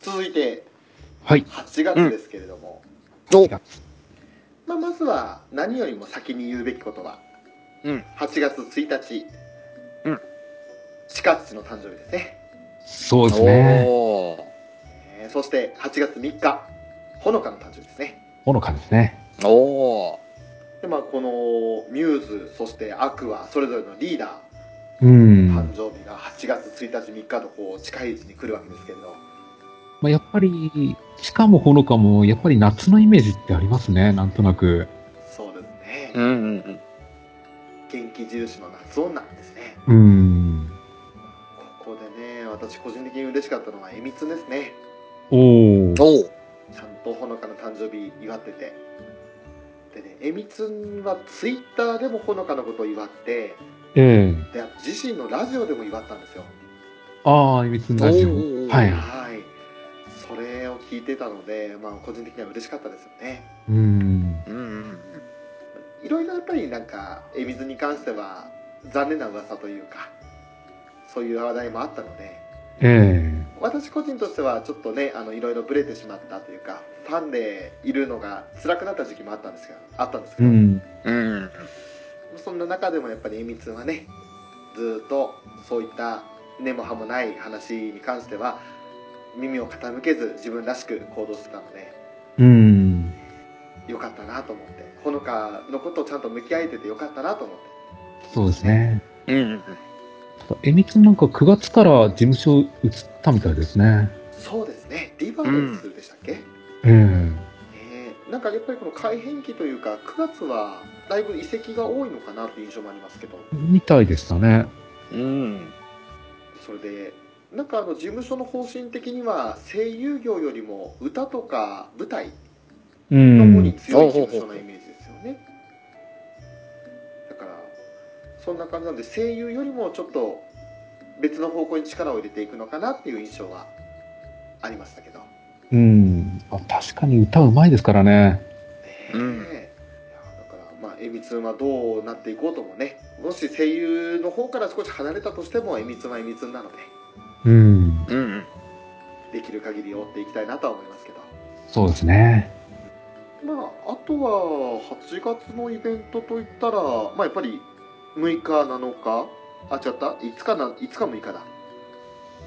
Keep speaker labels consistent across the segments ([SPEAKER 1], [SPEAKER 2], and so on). [SPEAKER 1] 続いて
[SPEAKER 2] はい。
[SPEAKER 1] 8月ですけれども、
[SPEAKER 3] お
[SPEAKER 1] まあ、まずは何よりも先に言うべきことは
[SPEAKER 3] うん
[SPEAKER 1] 8月1日、
[SPEAKER 3] うん、
[SPEAKER 1] 地下の誕生日ですね
[SPEAKER 2] そうですね。
[SPEAKER 3] おー
[SPEAKER 1] えーそして8月3日ほのかの誕生日ですね
[SPEAKER 2] ほのかですね。
[SPEAKER 3] おー
[SPEAKER 1] でまあこのミューズそしてアクアそれぞれのリーダ
[SPEAKER 2] う
[SPEAKER 1] ー
[SPEAKER 2] ん。
[SPEAKER 1] 誕生日が8月1日3日とこう近いうちに来るわけですけれど
[SPEAKER 2] まあ、やっぱり、しかもほのかも、やっぱり夏のイメージってありますね。なんとなく。
[SPEAKER 1] そうですね、
[SPEAKER 3] うんうんうん
[SPEAKER 1] 元気印の夏女なんですね
[SPEAKER 2] うん。
[SPEAKER 1] ここでね私個人的に嬉しかったのはえみつんですね
[SPEAKER 2] おお。
[SPEAKER 3] おー
[SPEAKER 1] ちゃんとほのかの誕生日祝っててでねえみつんはツイッターでもほのかのことを祝って
[SPEAKER 2] ええ
[SPEAKER 1] で自身のラジオでも祝ったんですよ
[SPEAKER 2] ああ、いびつんラジオ
[SPEAKER 3] おー。
[SPEAKER 2] はい。
[SPEAKER 1] はいそれを聞いてたので、まあ、個人的には嬉しかったですよね
[SPEAKER 2] うん。
[SPEAKER 3] うんうん
[SPEAKER 1] いろいろやっぱりなんかえみつに関しては残念な噂というかそういう話題もあったので
[SPEAKER 2] え
[SPEAKER 1] 私個人としてはちょっとねあのいろいろブレてしまったというかファンでいるのが辛くなった時期もあったんですけどあったんですけ
[SPEAKER 2] えう
[SPEAKER 1] ど、
[SPEAKER 2] ん。
[SPEAKER 3] うん
[SPEAKER 1] そんな中でもやっぱりえみつんはねずーっとそういった根も葉もない話に関しては耳を傾けず自分らしく行動してたので
[SPEAKER 2] うん。
[SPEAKER 1] よかったなと思ってほのかのことをちゃんと向き合えててよかったなと思って
[SPEAKER 2] そうですね。
[SPEAKER 3] うんうん
[SPEAKER 2] えみつんなんか9月から事務所移ったみたいですね。
[SPEAKER 1] そうですねリバウンドでしたっけ、
[SPEAKER 2] ええ
[SPEAKER 1] えーなんかやっぱりこの改変期というか9月はだいぶ遺跡が多いのかなっていう印象もありますけど
[SPEAKER 2] みたいでしたね。
[SPEAKER 3] うん
[SPEAKER 1] それでなんかあの事務所の方針的には声優業よりも歌とか舞台
[SPEAKER 2] う
[SPEAKER 1] の方に
[SPEAKER 2] ん。
[SPEAKER 1] 強い事務所のイメージですよね、だからそんな感じなんで声優よりもちょっと別の方向に力を入れていくのかなっていう印象はありましたけど、ね
[SPEAKER 2] うん。あ確かに歌うまいですからね。
[SPEAKER 1] え
[SPEAKER 3] うん
[SPEAKER 1] いやだからまあえみつんはどうなっていこうともねもし声優の方から少し離れたとしてもえみつんはえみつんなので
[SPEAKER 2] うん。
[SPEAKER 3] うんうん
[SPEAKER 1] できる限り追っていきたいなとは思いますけど
[SPEAKER 2] そうですね。
[SPEAKER 1] まあ、あとは8月のイベントといったら、まあ、やっぱり6日7日あ違った5日な5日6日だ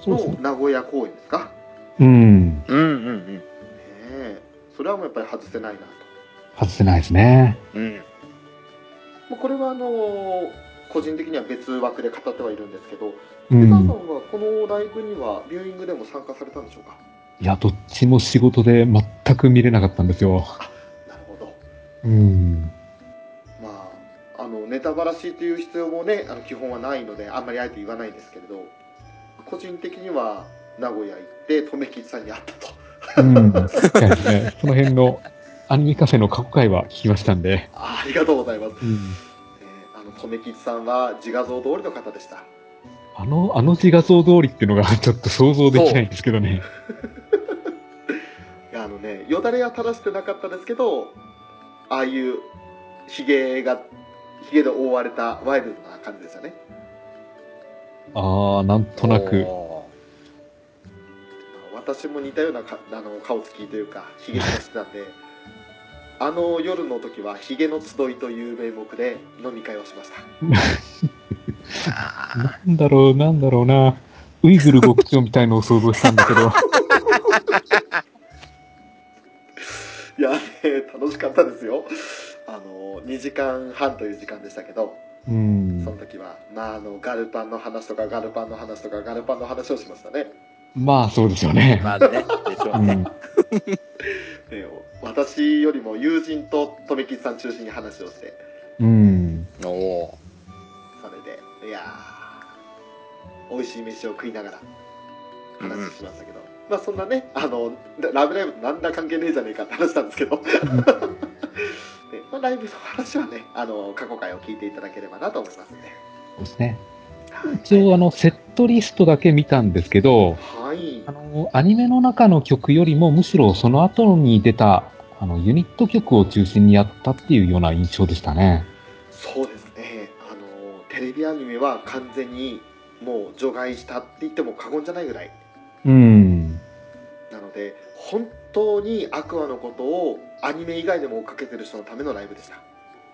[SPEAKER 2] そうです
[SPEAKER 1] の
[SPEAKER 2] ね。
[SPEAKER 1] 名古屋公演ですか
[SPEAKER 2] うん。
[SPEAKER 3] うんうん
[SPEAKER 1] ねえそれはもうやっぱり外せないなと、
[SPEAKER 2] 外せないですね。
[SPEAKER 3] うん
[SPEAKER 1] まあ、これはあのー個人的には別枠で語ってはいるんですけど
[SPEAKER 2] う
[SPEAKER 1] 江川
[SPEAKER 2] ん
[SPEAKER 1] さん。はこのライブにはビューイングでも参加されたんでしょうか
[SPEAKER 2] いや、どっちも仕事で全く見れなかったんですよ。
[SPEAKER 1] なるほど
[SPEAKER 2] うん。
[SPEAKER 1] まああのネタばらしという必要もねあの基本はないのであんまりあえて言わないですけれど個人的には名古屋行って留吉さんに会ったと
[SPEAKER 2] うん。確かに ね、その辺のアニメカフェの過去回は聞きましたんで。
[SPEAKER 1] あありがとうございます、
[SPEAKER 2] うん。
[SPEAKER 1] えーあの留吉さんは自画像通りの方でした
[SPEAKER 2] あの、あの自画像通りっていうのが ちょっと想像できないんですけどね。
[SPEAKER 1] いやあのねよだれは垂らしてなかったですけどああいうひげがひげで覆われたワイルドな感じでしたね
[SPEAKER 2] ああ、なんとなく。
[SPEAKER 3] お
[SPEAKER 1] まあ私も似たようなかあの顔つきというかひげをしてたんで あの夜の時はひげの集いという名目で飲み会をしました
[SPEAKER 3] ーあ
[SPEAKER 2] なんだろう、なんだろうな。ウイグル極長みたいのを想像したんだけ ど。
[SPEAKER 1] いや、ね、楽しかったですよあの2時間半という時間でしたけど
[SPEAKER 2] う
[SPEAKER 1] その
[SPEAKER 2] ん。
[SPEAKER 1] 時は、まあ、あのガルパンの話とかガルパンの話とかガルパンの話をしましたね
[SPEAKER 2] まあ、そうですよ
[SPEAKER 3] ー
[SPEAKER 2] ね。
[SPEAKER 3] まあねでしょ
[SPEAKER 2] う
[SPEAKER 3] うね
[SPEAKER 2] ん。
[SPEAKER 1] で私よりも友人と留吉さん中心に話をして
[SPEAKER 2] うん。
[SPEAKER 3] おお
[SPEAKER 1] それでいやー美味しい飯を食いながら話しましたけど、まあそんなね「あのララブライブ!」と何ら関係ねえじゃねえかって話したんですけ ど、でまあ、ライブの話はねあの過去回を聞いていただければなと思いますんで
[SPEAKER 2] そうですね。一
[SPEAKER 1] は
[SPEAKER 2] 応、あの、セットリストだけ見たんですけど、
[SPEAKER 1] い、はい
[SPEAKER 2] あの、アニメの中の曲よりも、むしろその後に出た、あの、ユニット曲を中心にやったっていうような印象でしたね。
[SPEAKER 1] そうですねあのテレビアニメは完全にもう除外したって言っても過言じゃないぐらい
[SPEAKER 2] うん。
[SPEAKER 1] なので本当にアクアのことをアニメ以外でも追っかけてる人のためのライブでした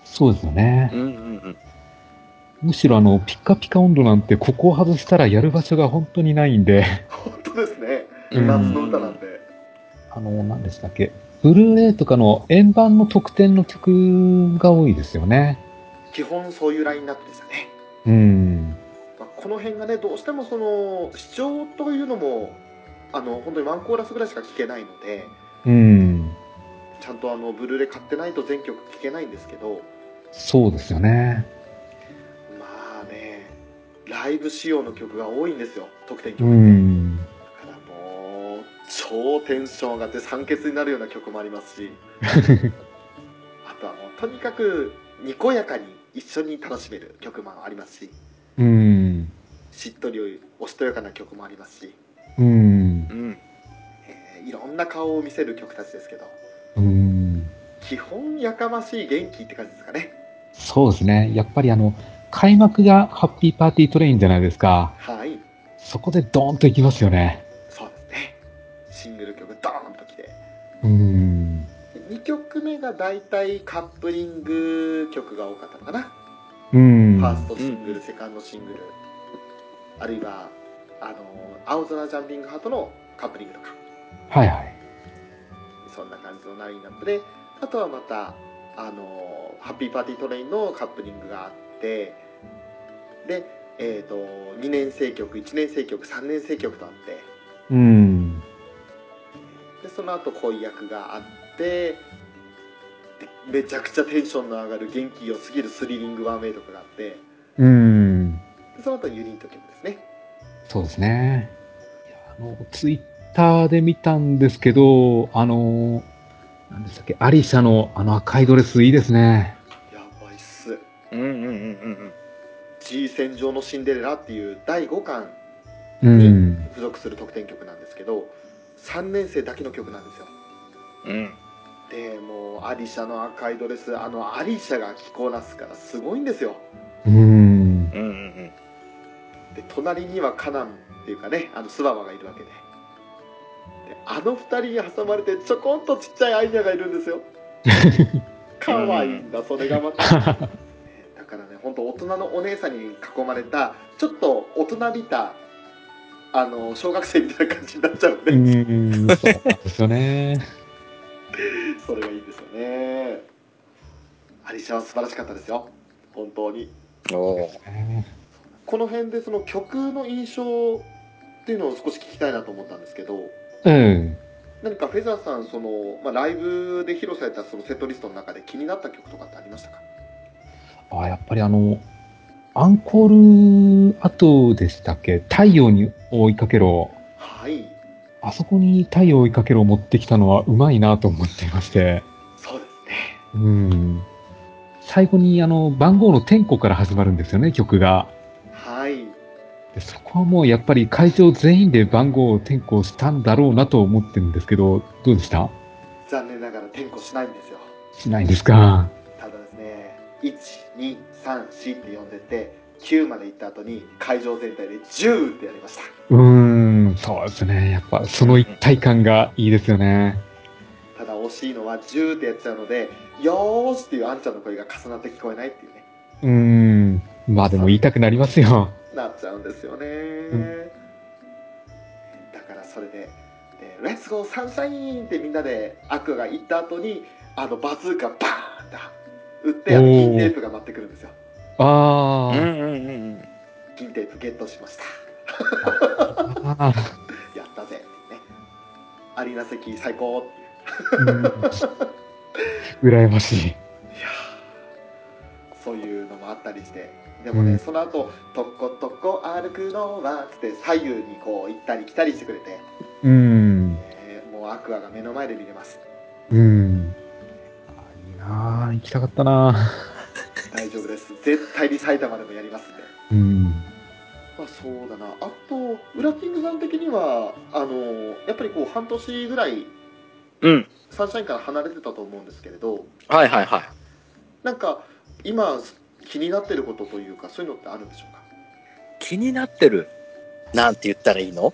[SPEAKER 2] そうですよね。
[SPEAKER 3] うんうんうん。
[SPEAKER 2] むしろあの、ピッカピカ温度なんて、ここを外したらやる場所が本当にないんで、
[SPEAKER 1] 本当ですね
[SPEAKER 2] うん
[SPEAKER 1] 夏の歌なんで、
[SPEAKER 2] あの、何でしたっけ。ブルーレイとかの円盤の特典の曲が多いですよね。
[SPEAKER 1] 基本そういうラインナップでしたね
[SPEAKER 2] うん。
[SPEAKER 1] まあこの辺がねどうしてもその視聴というのもあの本当にワンコーラスぐらいしか聴けないので
[SPEAKER 2] うん。
[SPEAKER 1] ちゃんとあのブルーレイ買ってないと全曲聴けないんですけど
[SPEAKER 2] そうですよね。
[SPEAKER 1] まあねライブ仕様の曲が多いんですよ特典曲
[SPEAKER 2] う
[SPEAKER 1] って、
[SPEAKER 2] ん。
[SPEAKER 1] だからもう超テンション上がって酸欠になるような曲もあります しあとはもうとにかくにこやかに一緒に楽しめる曲もありますし
[SPEAKER 2] うん。
[SPEAKER 1] しっとりおしとやかな曲もありますし、
[SPEAKER 2] うん。
[SPEAKER 3] うん。
[SPEAKER 1] えーいろんな顔を見せる曲たちですけど
[SPEAKER 2] うん。
[SPEAKER 1] 基本やかましい元気って感じですかね
[SPEAKER 2] そうですね。やっぱりあの、開幕がハッピーパーティートレインじゃないですか。
[SPEAKER 1] はい
[SPEAKER 2] そこでドーンと行きますよね。
[SPEAKER 1] そうですねシングル曲ドーンときて
[SPEAKER 2] うん。
[SPEAKER 1] 2曲目が大体カップリング曲が多かったのかな
[SPEAKER 2] うん
[SPEAKER 1] ファーストシングル、
[SPEAKER 3] うん
[SPEAKER 1] セカンドシングル、あるいは、あの青空ジャンピングハートのカップリングとか、
[SPEAKER 2] はいはい。
[SPEAKER 1] そんな感じのラインナップで、あとはまた、あのハッピーパーティートレインのカップリングがあって、で、えー、と2年生曲、1年生曲、3年生曲とあって、
[SPEAKER 2] うん。
[SPEAKER 1] でその後恋役があって、でめちゃくちゃテンションの上がる元気よすぎるスリリングワンウェイとかがあって、
[SPEAKER 2] うん。
[SPEAKER 1] でその後ユニット曲ですね。
[SPEAKER 2] そうですね。いやあの、ツイッターで見たんですけど、あの、なんでしたっけ、アリシャのあの赤いドレスいいですね。
[SPEAKER 1] やばいっす。
[SPEAKER 3] うんうんうんうんうん。
[SPEAKER 1] G 戦場のシンデレラっていう第5巻
[SPEAKER 2] うん。
[SPEAKER 1] 付属する特典曲なんですけど3年生だけの曲なんですよ
[SPEAKER 3] うん。
[SPEAKER 1] でもうアリシャの赤いドレスあのアリシャが着こなすからすごいんですよ
[SPEAKER 2] うん。
[SPEAKER 3] うんうん
[SPEAKER 1] で隣にはカナンっていうかねあのスババがいるわけでであの2人に挟まれてちょこんとちっちゃいアイニャがいるん ですよかわいいんだそれが まただからね本当大人のお姉さんに囲まれたちょっと大人びたあの小学生みたいな感じになっちゃうんで、
[SPEAKER 2] うん。そうなんですよね。
[SPEAKER 1] それがいいんですよねアリシャは素晴らしかったですよ本当に
[SPEAKER 3] うん。おお。
[SPEAKER 1] この辺でその曲の印象っていうのを少し聞きたいなと思ったんですけど
[SPEAKER 2] うん。
[SPEAKER 1] 何かフェザーさんその、まあ、ライブで披露されたそのセットリストの中で気になった曲とかってありましたか
[SPEAKER 2] あ、やっぱりあの、アンコール後でしたっけ太陽に追いかけろ。
[SPEAKER 1] はい
[SPEAKER 2] あそこに太陽追いかけろを持ってきたのはうまいなと思っていまして。
[SPEAKER 1] そうですね
[SPEAKER 2] うん。最後にあの、番号の点呼から始まるんですよね、曲が。
[SPEAKER 1] はい
[SPEAKER 2] でそこはもうやっぱり会場全員で番号を点呼したんだろうなと思ってるんですけど、どうでした
[SPEAKER 1] 残念ながら転校しないんですよ
[SPEAKER 2] しないんですか
[SPEAKER 1] ただですね1234って呼んでって9まで行った後に会場全体で10ってやりました
[SPEAKER 2] うーん、そうですね。やっぱその一体感がいいですよね。
[SPEAKER 1] ただ惜しいのはジューってやっちゃうので「よーし」っていうあんちゃんの声が重なって聞こえないっていうね
[SPEAKER 2] うーん。まあでも言いたくなりますよ。
[SPEAKER 1] なっちゃうんですよね、だからそれで「でレッツゴーサンシャイン!」ってみんなでアクアが行った後にあのバズーカバーンって打ってあの
[SPEAKER 2] お
[SPEAKER 1] 銀
[SPEAKER 2] ー
[SPEAKER 1] テープが待ってくるんですよ
[SPEAKER 2] あ
[SPEAKER 3] う
[SPEAKER 2] ー
[SPEAKER 3] んうんうん
[SPEAKER 1] 銀テープゲットしました
[SPEAKER 2] あー。
[SPEAKER 1] やったぜってねアリーナ席最高って
[SPEAKER 2] うん羨ましい。
[SPEAKER 1] いやーそういうのもあったりしてでもね、
[SPEAKER 2] うん
[SPEAKER 1] その後とっことっこ歩くのは」っつって左右にこう行ったり来たりしてくれて、
[SPEAKER 2] うーん。
[SPEAKER 1] えーもうアクアが目の前で見れます
[SPEAKER 2] うーん。あいいなあ行きたかったな
[SPEAKER 1] 大丈夫です絶対に埼玉でもやりますんで
[SPEAKER 2] うん。
[SPEAKER 1] まあそうだなあとウラキングさん的にはあのーやっぱりこう半年ぐらい
[SPEAKER 3] うん。うん。
[SPEAKER 1] サンシャインから離れてたと思うんですけれど
[SPEAKER 3] はいはいはい。
[SPEAKER 1] なんか今気になってることというかそういうのってあるんでしょうか
[SPEAKER 3] 気になってる。なんて言ったらいいの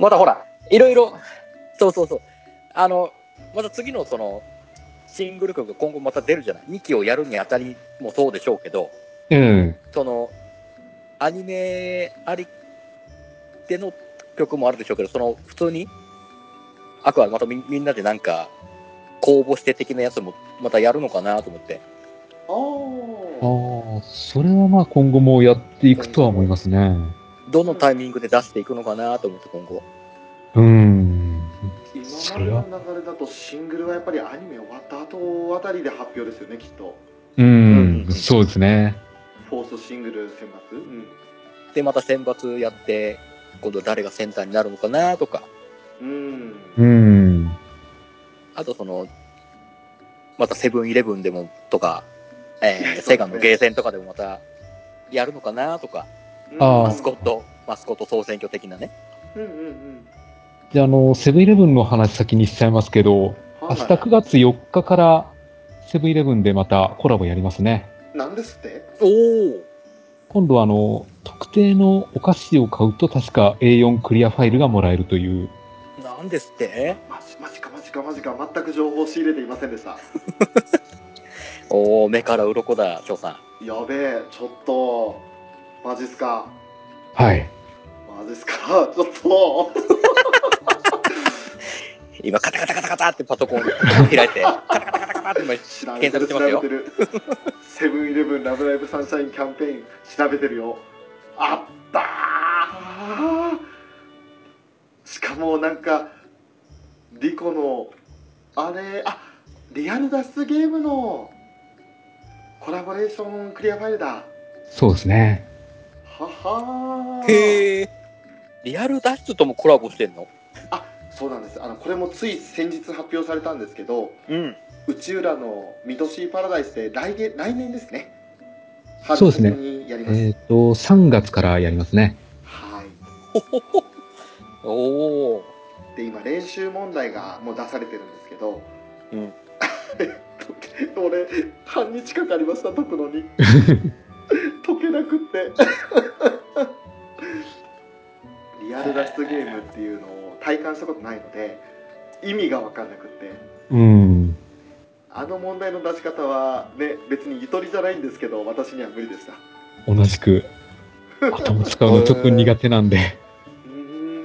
[SPEAKER 3] まだほら、いろいろそうそうそう。あの、また次のその、シングル曲が今後また出るじゃない。2期をやるにあたりもそうでしょうけど、
[SPEAKER 2] え
[SPEAKER 3] その、アニメありでの曲もあるでしょうけど、その、普通に、あくはまたみみんなでなんか、公募して的なやつもまたやるのかなと思って。
[SPEAKER 2] え
[SPEAKER 1] あ
[SPEAKER 2] ああ、それはまあ今後もやっていくとは思いますね。
[SPEAKER 3] どのタイミングで出していくのかなと思って今後。
[SPEAKER 2] うん。
[SPEAKER 1] あ、今までの流れだとシングルはやっぱりアニメ終わった後あたりで発表ですよねきっと
[SPEAKER 2] う
[SPEAKER 3] うん
[SPEAKER 2] ん、そうですね。
[SPEAKER 1] フォースシングル選抜、うん
[SPEAKER 3] で、また選抜やって、今度誰がセンターになるのかなとか、
[SPEAKER 1] うん、
[SPEAKER 2] うん。
[SPEAKER 3] あとその、またセブンイレブンでもとか、
[SPEAKER 1] そうで
[SPEAKER 3] え
[SPEAKER 1] す
[SPEAKER 3] ー、
[SPEAKER 1] ね
[SPEAKER 3] セガのゲーセンとかでもまたやるのかなとか、
[SPEAKER 2] あー
[SPEAKER 3] マスコット、マスコット総選挙的なね。
[SPEAKER 1] うんうんうん
[SPEAKER 2] で、あの、セブンイレブンの話先にしちゃいますけど、明日9月4日からセブンイレブンでまたコラボやりますね。
[SPEAKER 1] なんですって
[SPEAKER 3] おお
[SPEAKER 2] 今度はあの、特定のお菓子を買うと確か A4 クリアファイルがもらえるという。
[SPEAKER 3] なんですって
[SPEAKER 1] マジマジかマジかマジか全く情報を仕入れていませんでした
[SPEAKER 3] おお目から鱗だ、翔さん。
[SPEAKER 1] やべえちょっとマジっすか
[SPEAKER 2] はい。
[SPEAKER 1] マジっすか ちょっと
[SPEAKER 3] 今、カタカタカタカタってパソコン開い て、カタカタカタカタって今、
[SPEAKER 1] 調べてる
[SPEAKER 3] 検索して
[SPEAKER 1] 調
[SPEAKER 3] ます
[SPEAKER 1] べ
[SPEAKER 3] よ
[SPEAKER 1] てる セブンイレブンラブライブサンシャインキャンペーン調べてるよあったーしかもなんかリコのあれあリアル脱出ゲームのコラボレーションクリアファイルだ
[SPEAKER 2] そうですね。
[SPEAKER 1] ははー
[SPEAKER 3] へえ。リアル脱出ともコラボしてんの
[SPEAKER 1] あそうなんですあのこれもつい先日発表されたんですけど
[SPEAKER 3] うん。
[SPEAKER 1] 内浦のミドシーパラダイスで来月来年ですね
[SPEAKER 2] そうですね
[SPEAKER 1] 春にやります、
[SPEAKER 2] えっ、と、3月からやりますね。
[SPEAKER 1] はい
[SPEAKER 3] おお。
[SPEAKER 1] で今練習問題がもう出されてるんですけど、
[SPEAKER 3] うん
[SPEAKER 1] えっと 俺半日かかりました解くの に解けなくってリアル脱出ゲームっていうのを体感したことないので意味が分かんなくって
[SPEAKER 2] うん。
[SPEAKER 1] あの問題の出し方はね別にゆとりじゃないんですけど私には無理でした
[SPEAKER 2] 同じく。頭使 うのちょっと苦手なんで。
[SPEAKER 1] うーんいや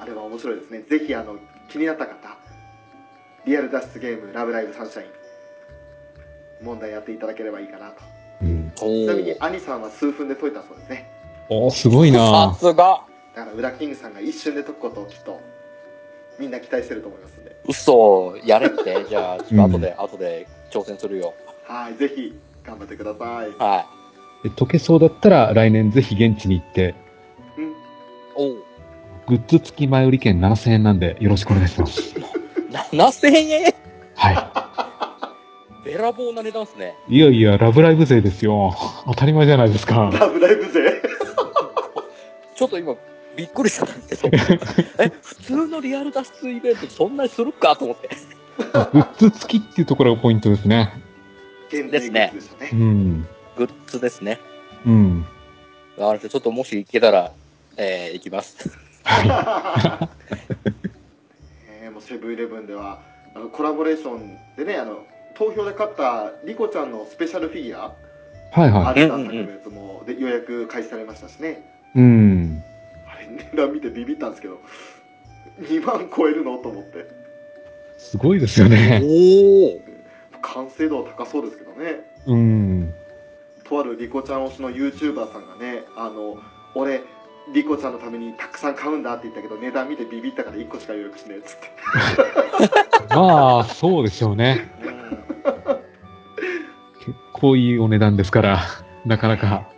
[SPEAKER 1] ーあれは面白いですねぜひあの気になった方リアル脱出ゲーム「ラブライブサンシャイン」問題やっていただければいいかなと
[SPEAKER 2] うん。
[SPEAKER 3] お
[SPEAKER 1] ちなみに兄さんは数分で解いたそうですね
[SPEAKER 2] おーすごいな
[SPEAKER 3] さすが。
[SPEAKER 1] だから裏キングさんが一瞬で解くことをきっとみんな期待してると思いますんで
[SPEAKER 3] 嘘やれって。 じゃあ、ちょっと後で、後で挑戦するよ。
[SPEAKER 1] はいぜひ頑張ってください、
[SPEAKER 3] は
[SPEAKER 2] で解けそうだったら来年ぜひ現地に行って、
[SPEAKER 1] うん、
[SPEAKER 3] い。おお。
[SPEAKER 2] グッズ付き前売り券7000円なんでよろしくお願いします。
[SPEAKER 3] 7000円
[SPEAKER 2] は
[SPEAKER 3] べらぼうな値段っすね。
[SPEAKER 2] い。いやいや、ラブライブ勢ですよ。当たり前じゃないですか。
[SPEAKER 1] ラブライブ勢
[SPEAKER 3] ちょっと今、びっくりしたんですけど。え、普通のリアル脱出イベントそんなにするかと思って。
[SPEAKER 2] グッズ付きっていうところがポイントですね。
[SPEAKER 1] 限
[SPEAKER 3] で
[SPEAKER 1] 定
[SPEAKER 3] す
[SPEAKER 1] グ
[SPEAKER 3] ね
[SPEAKER 1] ッズでしたね
[SPEAKER 2] うん。
[SPEAKER 3] グッズですね。
[SPEAKER 2] うん。
[SPEAKER 3] あの、ちょっともし行けたら、えー、行きます。
[SPEAKER 1] えーもうセブンイレブンではあのコラボレーションでねあの投票で勝ったリコちゃんのスペシャルフィギュア
[SPEAKER 2] はい
[SPEAKER 1] ア
[SPEAKER 2] は
[SPEAKER 1] ルさんのやつもで予約開始されましたしね
[SPEAKER 2] い。うん。
[SPEAKER 1] あれ値段見てビビったんですけど2万超えるのと思って
[SPEAKER 2] すごいですよね。
[SPEAKER 3] おお。
[SPEAKER 1] 完成度は高そうですけどね
[SPEAKER 2] うん。
[SPEAKER 1] とあるリコちゃん推しの YouTuber さんがねあの俺リコちゃんのためにたくさん買うんだって言ったけど値段見てビビったから1個しか予約しねえっつって
[SPEAKER 2] まあ、そうでしょうね。結構いいお値段ですから、なかなか。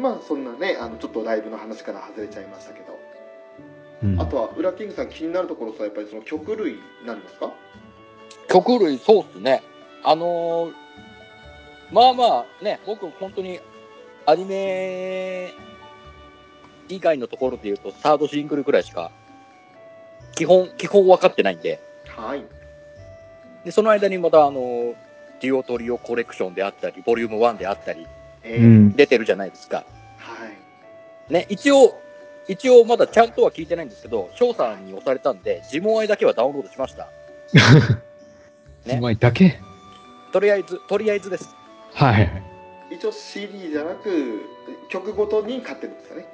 [SPEAKER 1] まあそんなねあのちょっとライブの話から外れちゃいましたけど
[SPEAKER 2] うん
[SPEAKER 1] あとは裏キングさん気になるところさやっぱりその曲類になりますか
[SPEAKER 3] 曲類、そうっすね。あのーまあまあね、僕本当にアニメ以外のところで言うと、サードシングルくらいしか、基本、基本分かってないんで、
[SPEAKER 1] はい
[SPEAKER 3] で、その間にまたあのーデュオトリオコレクションであったり、ボリューム1であったり、
[SPEAKER 1] え
[SPEAKER 2] う
[SPEAKER 1] ー
[SPEAKER 2] ん。
[SPEAKER 3] 出てるじゃないですか。
[SPEAKER 1] はい
[SPEAKER 3] ね、一応、一応まだちゃんとは聞いてないんですけど、翔さんに押されたんで、ジモアイだけはダウンロードしました。ね
[SPEAKER 2] うまいだけ
[SPEAKER 3] とりあえず、とりあえずです。
[SPEAKER 2] はいはい。
[SPEAKER 1] 一応 CD じゃなく曲ごとに買ってるんですかね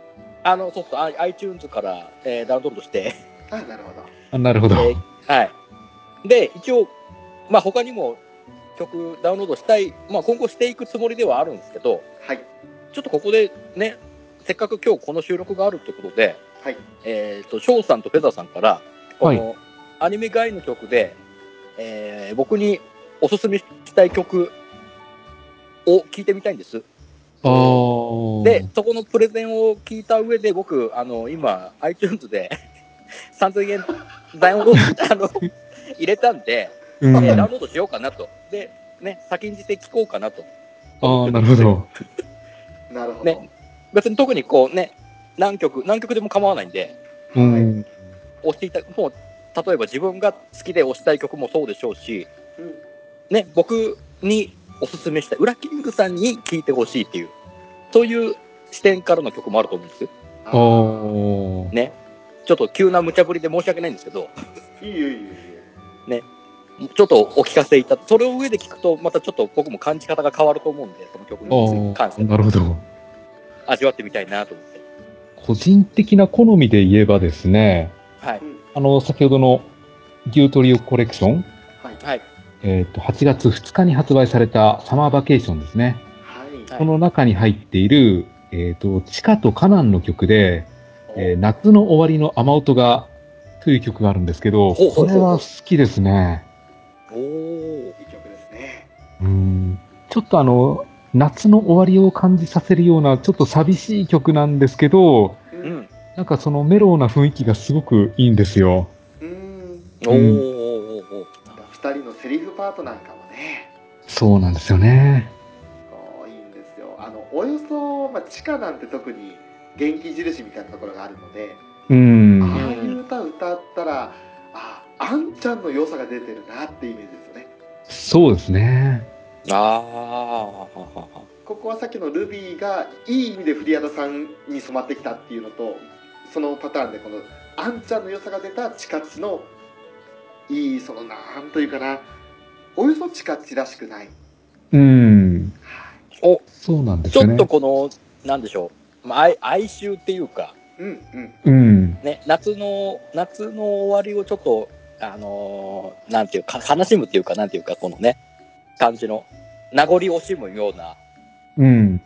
[SPEAKER 3] あの、ソフト、あ iTunes から、えーダウンロードして、
[SPEAKER 1] あなるほど
[SPEAKER 2] あなるほど。
[SPEAKER 3] えーはい。で、一応、まあ、他にも曲ダウンロードしたい、まあ、今後していくつもりではあるんですけど、
[SPEAKER 1] はい
[SPEAKER 3] ちょっとここでね、せっかく今日この収録があるってことで、
[SPEAKER 1] はい
[SPEAKER 3] えっ、と、翔さんとフェザーさんから、この、アニメ外の曲で、えー僕におすすめしたい曲を聞いてみたいんです。
[SPEAKER 2] あー
[SPEAKER 3] で、そこのプレゼンを聞いた上で、僕、あの、今、iTunes で 3000円ダウンロード、あの、入れたんで、
[SPEAKER 2] う
[SPEAKER 3] え
[SPEAKER 2] ん、
[SPEAKER 3] ーダ
[SPEAKER 2] あ
[SPEAKER 3] ウンロードしようかなと。で、ね、先んじて聞こうかなと。
[SPEAKER 2] ーなるほど。
[SPEAKER 1] なるほど、
[SPEAKER 3] ね別に特にこうね、何曲、何曲でも構わないんで、
[SPEAKER 2] う
[SPEAKER 1] はいうん
[SPEAKER 2] ん。
[SPEAKER 3] 押していた、もう、例えば自分が好きで押したい曲もそうでしょうし、ね、僕におすすめしたい、ウラキングさんに聴いてほしいっていう、そういう視点からの曲もあると思うんですよ。
[SPEAKER 1] あ
[SPEAKER 2] あ
[SPEAKER 1] ー
[SPEAKER 2] ー
[SPEAKER 3] ね。ちょっと急な無茶ぶりで申し訳ないんですけど、
[SPEAKER 1] いいよいいよいいよ
[SPEAKER 3] ちょっとお聞かせいた、それを上で聞くと、またちょっと僕も感じ方が変わると思うんで、その曲
[SPEAKER 2] あ
[SPEAKER 3] に関
[SPEAKER 2] ー
[SPEAKER 3] して
[SPEAKER 2] なるほど。
[SPEAKER 3] 味わってみたいなと思って。
[SPEAKER 2] 個人的な好みで言えばですね、
[SPEAKER 3] はい。
[SPEAKER 2] あの、先ほどのデュートリオコレクション、
[SPEAKER 1] はい
[SPEAKER 3] はい。
[SPEAKER 2] えっ、と、8月2日に発売されたサマーバケーションですね。
[SPEAKER 1] はい
[SPEAKER 3] はい
[SPEAKER 2] この中に入っている、えっ、と、地下とカナンの曲で、えー夏の終わりの雨音が、という曲があるんですけど、
[SPEAKER 3] ほうほうほう
[SPEAKER 2] これは好きですね。
[SPEAKER 3] おお。
[SPEAKER 1] いい曲ですね
[SPEAKER 2] うん。ちょっとあの、夏の終わりを感じさせるような、ちょっと寂しい曲なんですけど、
[SPEAKER 1] う
[SPEAKER 3] うんん。
[SPEAKER 2] なんかそのメロウな雰囲気がすごくいいんですよ。
[SPEAKER 1] うん
[SPEAKER 3] お
[SPEAKER 2] う
[SPEAKER 3] おおお。
[SPEAKER 1] 二人のセリフパートなんかもね
[SPEAKER 2] そうなんですよね。
[SPEAKER 1] こういいんですよあのおよそ、まあ、地下なんて特に元気印みたいなところがあるので、
[SPEAKER 2] うん。
[SPEAKER 1] ああいう歌歌ったらああんちゃんの良さが出てるなってイメージですよね
[SPEAKER 2] そうですね。
[SPEAKER 3] ああ。
[SPEAKER 1] ここはさっきのルビーがいい意味でフリアダさんに染まってきたっていうのとそのパターンでこのあんちゃんの良さが出たチカッチのいいそのなんというかなおよそチカッチらしくない、
[SPEAKER 2] うん。
[SPEAKER 1] はい
[SPEAKER 3] お、
[SPEAKER 2] そうなんです
[SPEAKER 3] ち
[SPEAKER 2] よ
[SPEAKER 3] ょっ
[SPEAKER 2] ね。
[SPEAKER 3] とこの、なんでしょう。まあ哀、哀愁っていうか、
[SPEAKER 1] うんうん
[SPEAKER 2] うん。
[SPEAKER 3] ね、夏の、夏の終わりをちょっと、あのーなんていうか、悲しむっていうか、なんていうか、このね、感じの、名残惜しむような、
[SPEAKER 2] うん。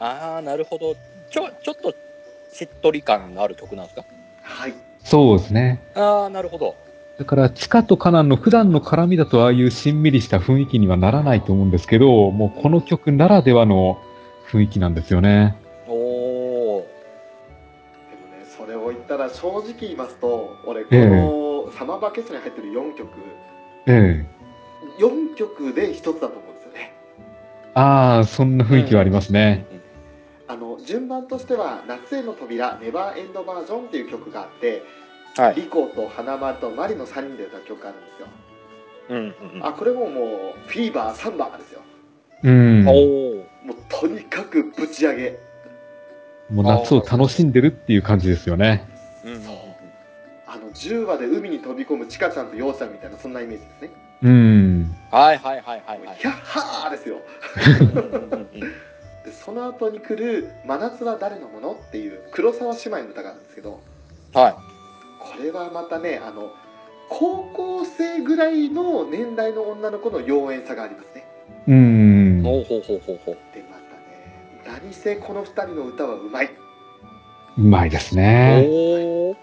[SPEAKER 3] ああ、なるほど。ちょ、ちょっと、しっとり感のある曲なんですか
[SPEAKER 1] はい
[SPEAKER 2] そうですね。
[SPEAKER 3] ああ、なるほど。
[SPEAKER 2] だから、地下とカナンの普段の絡みだとああいうしんみりした雰囲気にはならないと思うんですけど、もうこの曲ならではの雰囲気なんですよね。
[SPEAKER 3] おお。
[SPEAKER 1] でもねそれを言ったら正直言いますと俺こ
[SPEAKER 2] ええ
[SPEAKER 1] のサマーバケットに入ってる4曲
[SPEAKER 2] え
[SPEAKER 1] 4曲で1つだと思うんですよね
[SPEAKER 2] え。ああ、そんな雰囲気はありますね。
[SPEAKER 1] あの順番としては「夏への扉ネバーエンドバージョン」っていう曲があって
[SPEAKER 3] はい。
[SPEAKER 1] リコと花丸とマリの3人で歌う曲があるんですよ
[SPEAKER 3] うんうん
[SPEAKER 1] あこれももうフィーバーサンバーですよ
[SPEAKER 2] うん。
[SPEAKER 3] うん。
[SPEAKER 2] も
[SPEAKER 3] おお。
[SPEAKER 1] もうとにかくぶち上げ
[SPEAKER 2] う夏を楽しんでるっていう感じですよね。
[SPEAKER 3] うんうんうん
[SPEAKER 1] あの10話で海に飛び込むチカちゃんとヨウちゃんみたいなそんなイメージですね
[SPEAKER 2] うん。
[SPEAKER 3] はいはいはいはい
[SPEAKER 1] もう
[SPEAKER 3] はい。
[SPEAKER 1] ヒャッハーですよでその後に来る「真夏は誰のもの?」っていう黒沢姉妹の歌があるんですけど
[SPEAKER 3] は
[SPEAKER 1] これはまたねあの高校生ぐらいの年代の女の子の妖艶さがありますね
[SPEAKER 2] う
[SPEAKER 3] い。
[SPEAKER 2] ん。
[SPEAKER 3] ほうほうほうほうほう。
[SPEAKER 1] でまたね何せこの2人の歌はうまいう
[SPEAKER 2] まいですね。
[SPEAKER 3] おー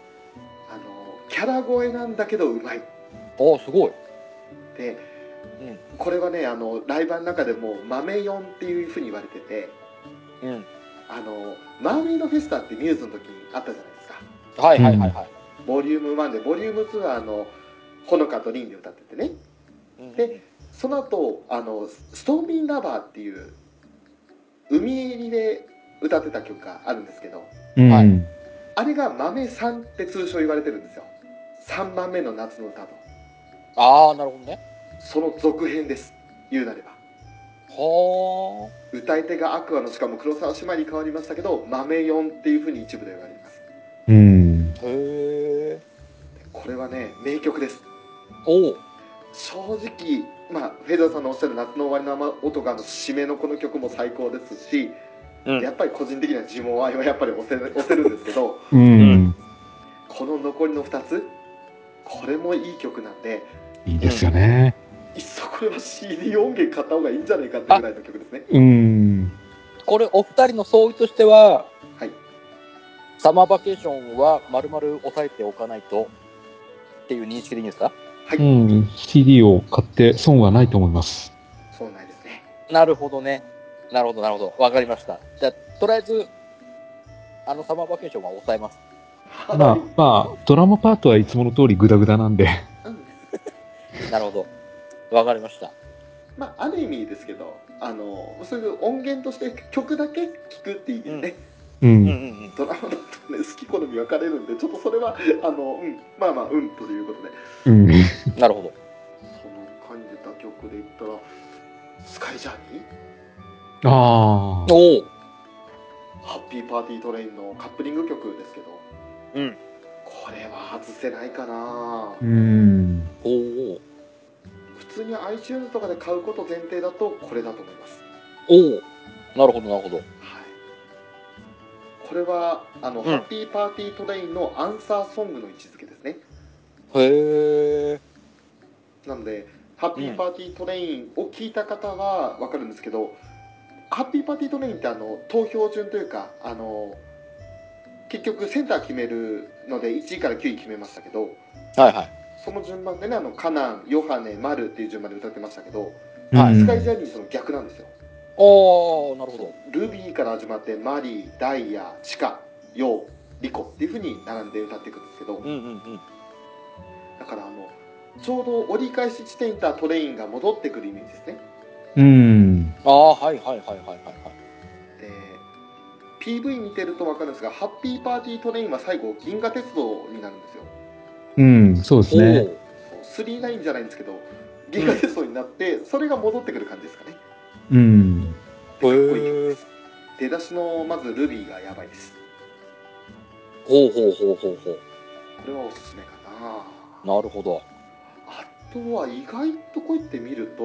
[SPEAKER 1] あのキャラ声なんだけどうまい
[SPEAKER 3] おー、すごい。
[SPEAKER 1] で、
[SPEAKER 3] うん
[SPEAKER 1] これはねあのライバーの中でも「豆四」っていうふうに言われてて
[SPEAKER 3] うん。
[SPEAKER 1] あのマーメイドフェスタってミューズの時にあったじゃないですか
[SPEAKER 3] はいはいはいはい。
[SPEAKER 1] ボリューム1でボリューム2はあのほのかとりんで歌っててね
[SPEAKER 3] うん
[SPEAKER 1] でその後あのストーミーラバーっていう海入りで歌ってた曲があるんですけど
[SPEAKER 2] うん。
[SPEAKER 3] はい
[SPEAKER 1] あれが「豆三」って通称言われてるんですよ3番目の夏の歌と
[SPEAKER 3] ああ、なるほどね。
[SPEAKER 1] その続編です言うなれば
[SPEAKER 3] は
[SPEAKER 1] 歌い手がアクアのしかも黒沢姉妹に変わりましたけど「豆四」っていうふうに一部で呼ばれます
[SPEAKER 2] う
[SPEAKER 3] あ。
[SPEAKER 2] ん。
[SPEAKER 3] へえ。
[SPEAKER 1] これはね名曲です
[SPEAKER 3] おう。
[SPEAKER 1] 正直まあフェザーさんのおっしゃる「夏の終わりの雨音が」の締めのこの曲も最高ですし、
[SPEAKER 3] うん
[SPEAKER 1] やっぱり個人的には呪文愛はやっぱり押せる押せるんですけど
[SPEAKER 2] うん。
[SPEAKER 1] この残りの2つこれもいい曲なんで
[SPEAKER 2] いいですよね。
[SPEAKER 1] いっそこれは CD 音源買った方がいいんじゃないかってぐらいの曲ですね
[SPEAKER 2] うん。
[SPEAKER 3] これ、お二人の相違としては、
[SPEAKER 1] はい
[SPEAKER 3] サマーバケーションは丸々押さえておかないとっていう認識でいいんですか
[SPEAKER 2] うん。CD を買って損はないと思います。
[SPEAKER 1] そうないですね
[SPEAKER 3] なるほどね。なるほど、なるほど。わかりました。じゃあ、とりあえず、あのサマーバケーションは抑えます。
[SPEAKER 1] は
[SPEAKER 2] まあ
[SPEAKER 1] い、
[SPEAKER 2] まあ、ドラマパートはいつもの通りグダグダなんで。
[SPEAKER 1] うん
[SPEAKER 3] なるほど。わかりました。
[SPEAKER 1] まあある意味ですけどあのそういう音源として曲だけ聴くっていう意味でね、
[SPEAKER 2] う
[SPEAKER 3] うんうん
[SPEAKER 2] ん。
[SPEAKER 3] うん。
[SPEAKER 1] ドラマだとね好き好み分かれるんでちょっとそれはあの、うん、まあまあうんということで
[SPEAKER 2] うん。
[SPEAKER 3] なるほど。
[SPEAKER 1] その感じた曲で言ったら「スカイジャーニー」
[SPEAKER 2] ああ。
[SPEAKER 3] おお。
[SPEAKER 1] 「ハッピーパーティートレイン」のカップリング曲ですけど
[SPEAKER 3] うん。
[SPEAKER 1] これは外せないかな、
[SPEAKER 2] うん。
[SPEAKER 3] おお。
[SPEAKER 1] 普通に iTunes とかで買うこと前提だとこれだと思います、
[SPEAKER 3] おお。なるほど、なるほど。
[SPEAKER 1] はい、これはあの、
[SPEAKER 3] ん
[SPEAKER 1] ハッピーパーティートレイン」のアンサーソングの位置づけですね
[SPEAKER 3] へえ。
[SPEAKER 1] なので「ハッピーパーティートレイン」を聞いた方は分かるんですけど「ハッピーパーティートレイン」ってあの投票順というかあの結局センター決めるので1位から9位決めましたけど
[SPEAKER 3] はいはい。
[SPEAKER 1] その順番でねあのカナンヨハネマルっていう順番で歌ってましたけど、
[SPEAKER 3] はいう
[SPEAKER 1] ス
[SPEAKER 2] ん
[SPEAKER 1] カイジャーニーその逆なんですよ
[SPEAKER 3] おお、なるほど。
[SPEAKER 1] ルビーから始まってマリーダイヤチカヨウリコっていう風に並んで歌っていくんですけど、
[SPEAKER 3] うんうんうん。
[SPEAKER 1] だからあのちょうど折り返し地点にいたトレインが戻ってくるイメージですね
[SPEAKER 2] うん。
[SPEAKER 3] ああ、はいはいはいはいはいはい。
[SPEAKER 1] で PV 見てると分かるんですがハッピーパーティートレインは最後銀河鉄道になるんですよ
[SPEAKER 2] うん。そうですね。
[SPEAKER 1] そう39じゃないんですけど銀河鉄道になって、それが戻ってくる感じですかね
[SPEAKER 2] うん。
[SPEAKER 3] おお。
[SPEAKER 1] こいい
[SPEAKER 3] へえ。
[SPEAKER 1] 出だしのまずルビーがやばいです
[SPEAKER 3] ほうほうほうほうほう。
[SPEAKER 1] これはおすすめかな
[SPEAKER 3] なるほど。
[SPEAKER 1] あとは意外とこうやって見ると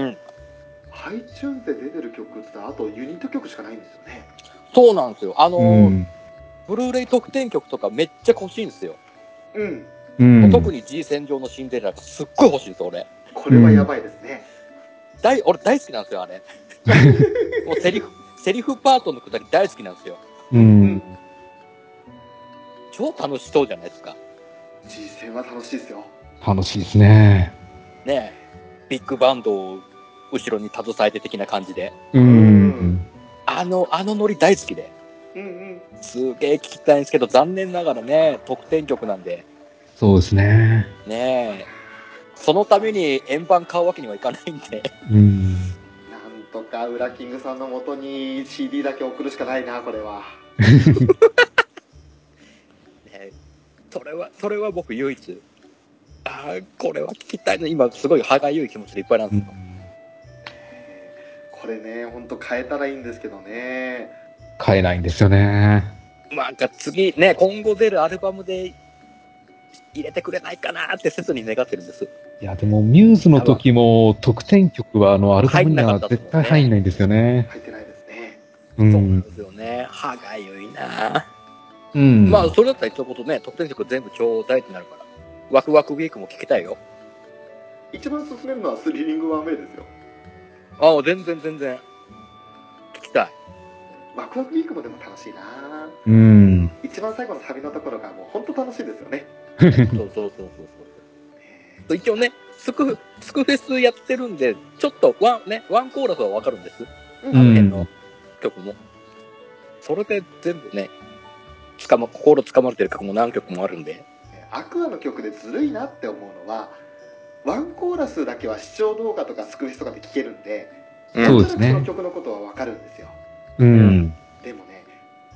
[SPEAKER 3] うん。
[SPEAKER 1] iTunes で出てる曲ってあとユニット曲しかないんですよね
[SPEAKER 3] そうなんですよ。あの
[SPEAKER 2] う
[SPEAKER 3] ー、
[SPEAKER 2] ん。
[SPEAKER 3] ブルーレイ特典曲とかめっちゃ欲しいんですよ。
[SPEAKER 1] うん
[SPEAKER 2] うん。
[SPEAKER 3] 特に G 戦場のシンデレラがすっごい欲しいんですよ、俺。
[SPEAKER 1] これはやばいですね、
[SPEAKER 3] 大俺大好きなんです よ、あれ。もうセリフ、セリフパートのくだり大好きなんですよ。
[SPEAKER 2] う。
[SPEAKER 1] うん
[SPEAKER 3] 超楽しそうじゃないですか。
[SPEAKER 1] 実践は楽しいですよ
[SPEAKER 2] 楽しいですね。
[SPEAKER 3] ねえビッグバンドを後ろに携えて的な感じで。
[SPEAKER 2] うん。
[SPEAKER 3] あの、あのノリ大好きで。
[SPEAKER 1] うんうん
[SPEAKER 3] すげえ聞きたいんですけど、残念ながらね、特典曲なんで。
[SPEAKER 2] そうですね。
[SPEAKER 3] ねえ。そのために円盤買うわけにはいかないんで。
[SPEAKER 2] うん。
[SPEAKER 1] なんとかウラキングさんのもとに CD だけ送るしかないなこれは
[SPEAKER 3] ねそれは、それは僕唯一、ああ、これは聞きたいの、今すごい歯がゆい気持ちでいっぱいなんですよ。
[SPEAKER 1] これねほんと変えたらいいんですけどね
[SPEAKER 2] 買えないんですよね。
[SPEAKER 3] なんか次ね、今後出るアルバムで入れてくれないかなって切に願ってるんです。
[SPEAKER 2] いや、でも、ミューズの時も、特典曲は、あの、アルバムに
[SPEAKER 3] 入んな
[SPEAKER 2] は
[SPEAKER 3] かったです
[SPEAKER 2] 絶
[SPEAKER 3] もんね
[SPEAKER 2] 対入んないんですよね。
[SPEAKER 1] 入ってないですね
[SPEAKER 2] う
[SPEAKER 3] そうなん
[SPEAKER 2] ん。
[SPEAKER 3] ですよね。歯がゆいな、
[SPEAKER 2] うん。
[SPEAKER 3] まあ、それだったら一言ね、特典曲全部ちょうだいってなるから。ワクワクウィークも聞きたいよ。
[SPEAKER 1] 一番勧めるのはスリリングワンウェイですよ
[SPEAKER 3] ああ、全然全然。聞きた い。
[SPEAKER 1] ワクワクウィークもでも楽しいな
[SPEAKER 2] うん。
[SPEAKER 1] 一番最後のサビのところがもうほんと楽しいですよね
[SPEAKER 3] そうそうそうそうそう。一応ね、スク、スクフェスやってるんで、ちょっとワン、ね、ワンコーラスはわかるんです。
[SPEAKER 1] う
[SPEAKER 2] う
[SPEAKER 3] あの
[SPEAKER 2] ん
[SPEAKER 3] 辺の曲も。それで全部ね、つかま、心つかまれてる曲も何曲もあるんで。
[SPEAKER 1] アクアの曲でずるいなって思うのはワンコーラスだけは視聴動画とかスクフェスとかで聴けるんで
[SPEAKER 3] うん
[SPEAKER 2] そうですね
[SPEAKER 1] なんとなくその曲のことは分かるんですよ
[SPEAKER 2] うん。
[SPEAKER 1] でもね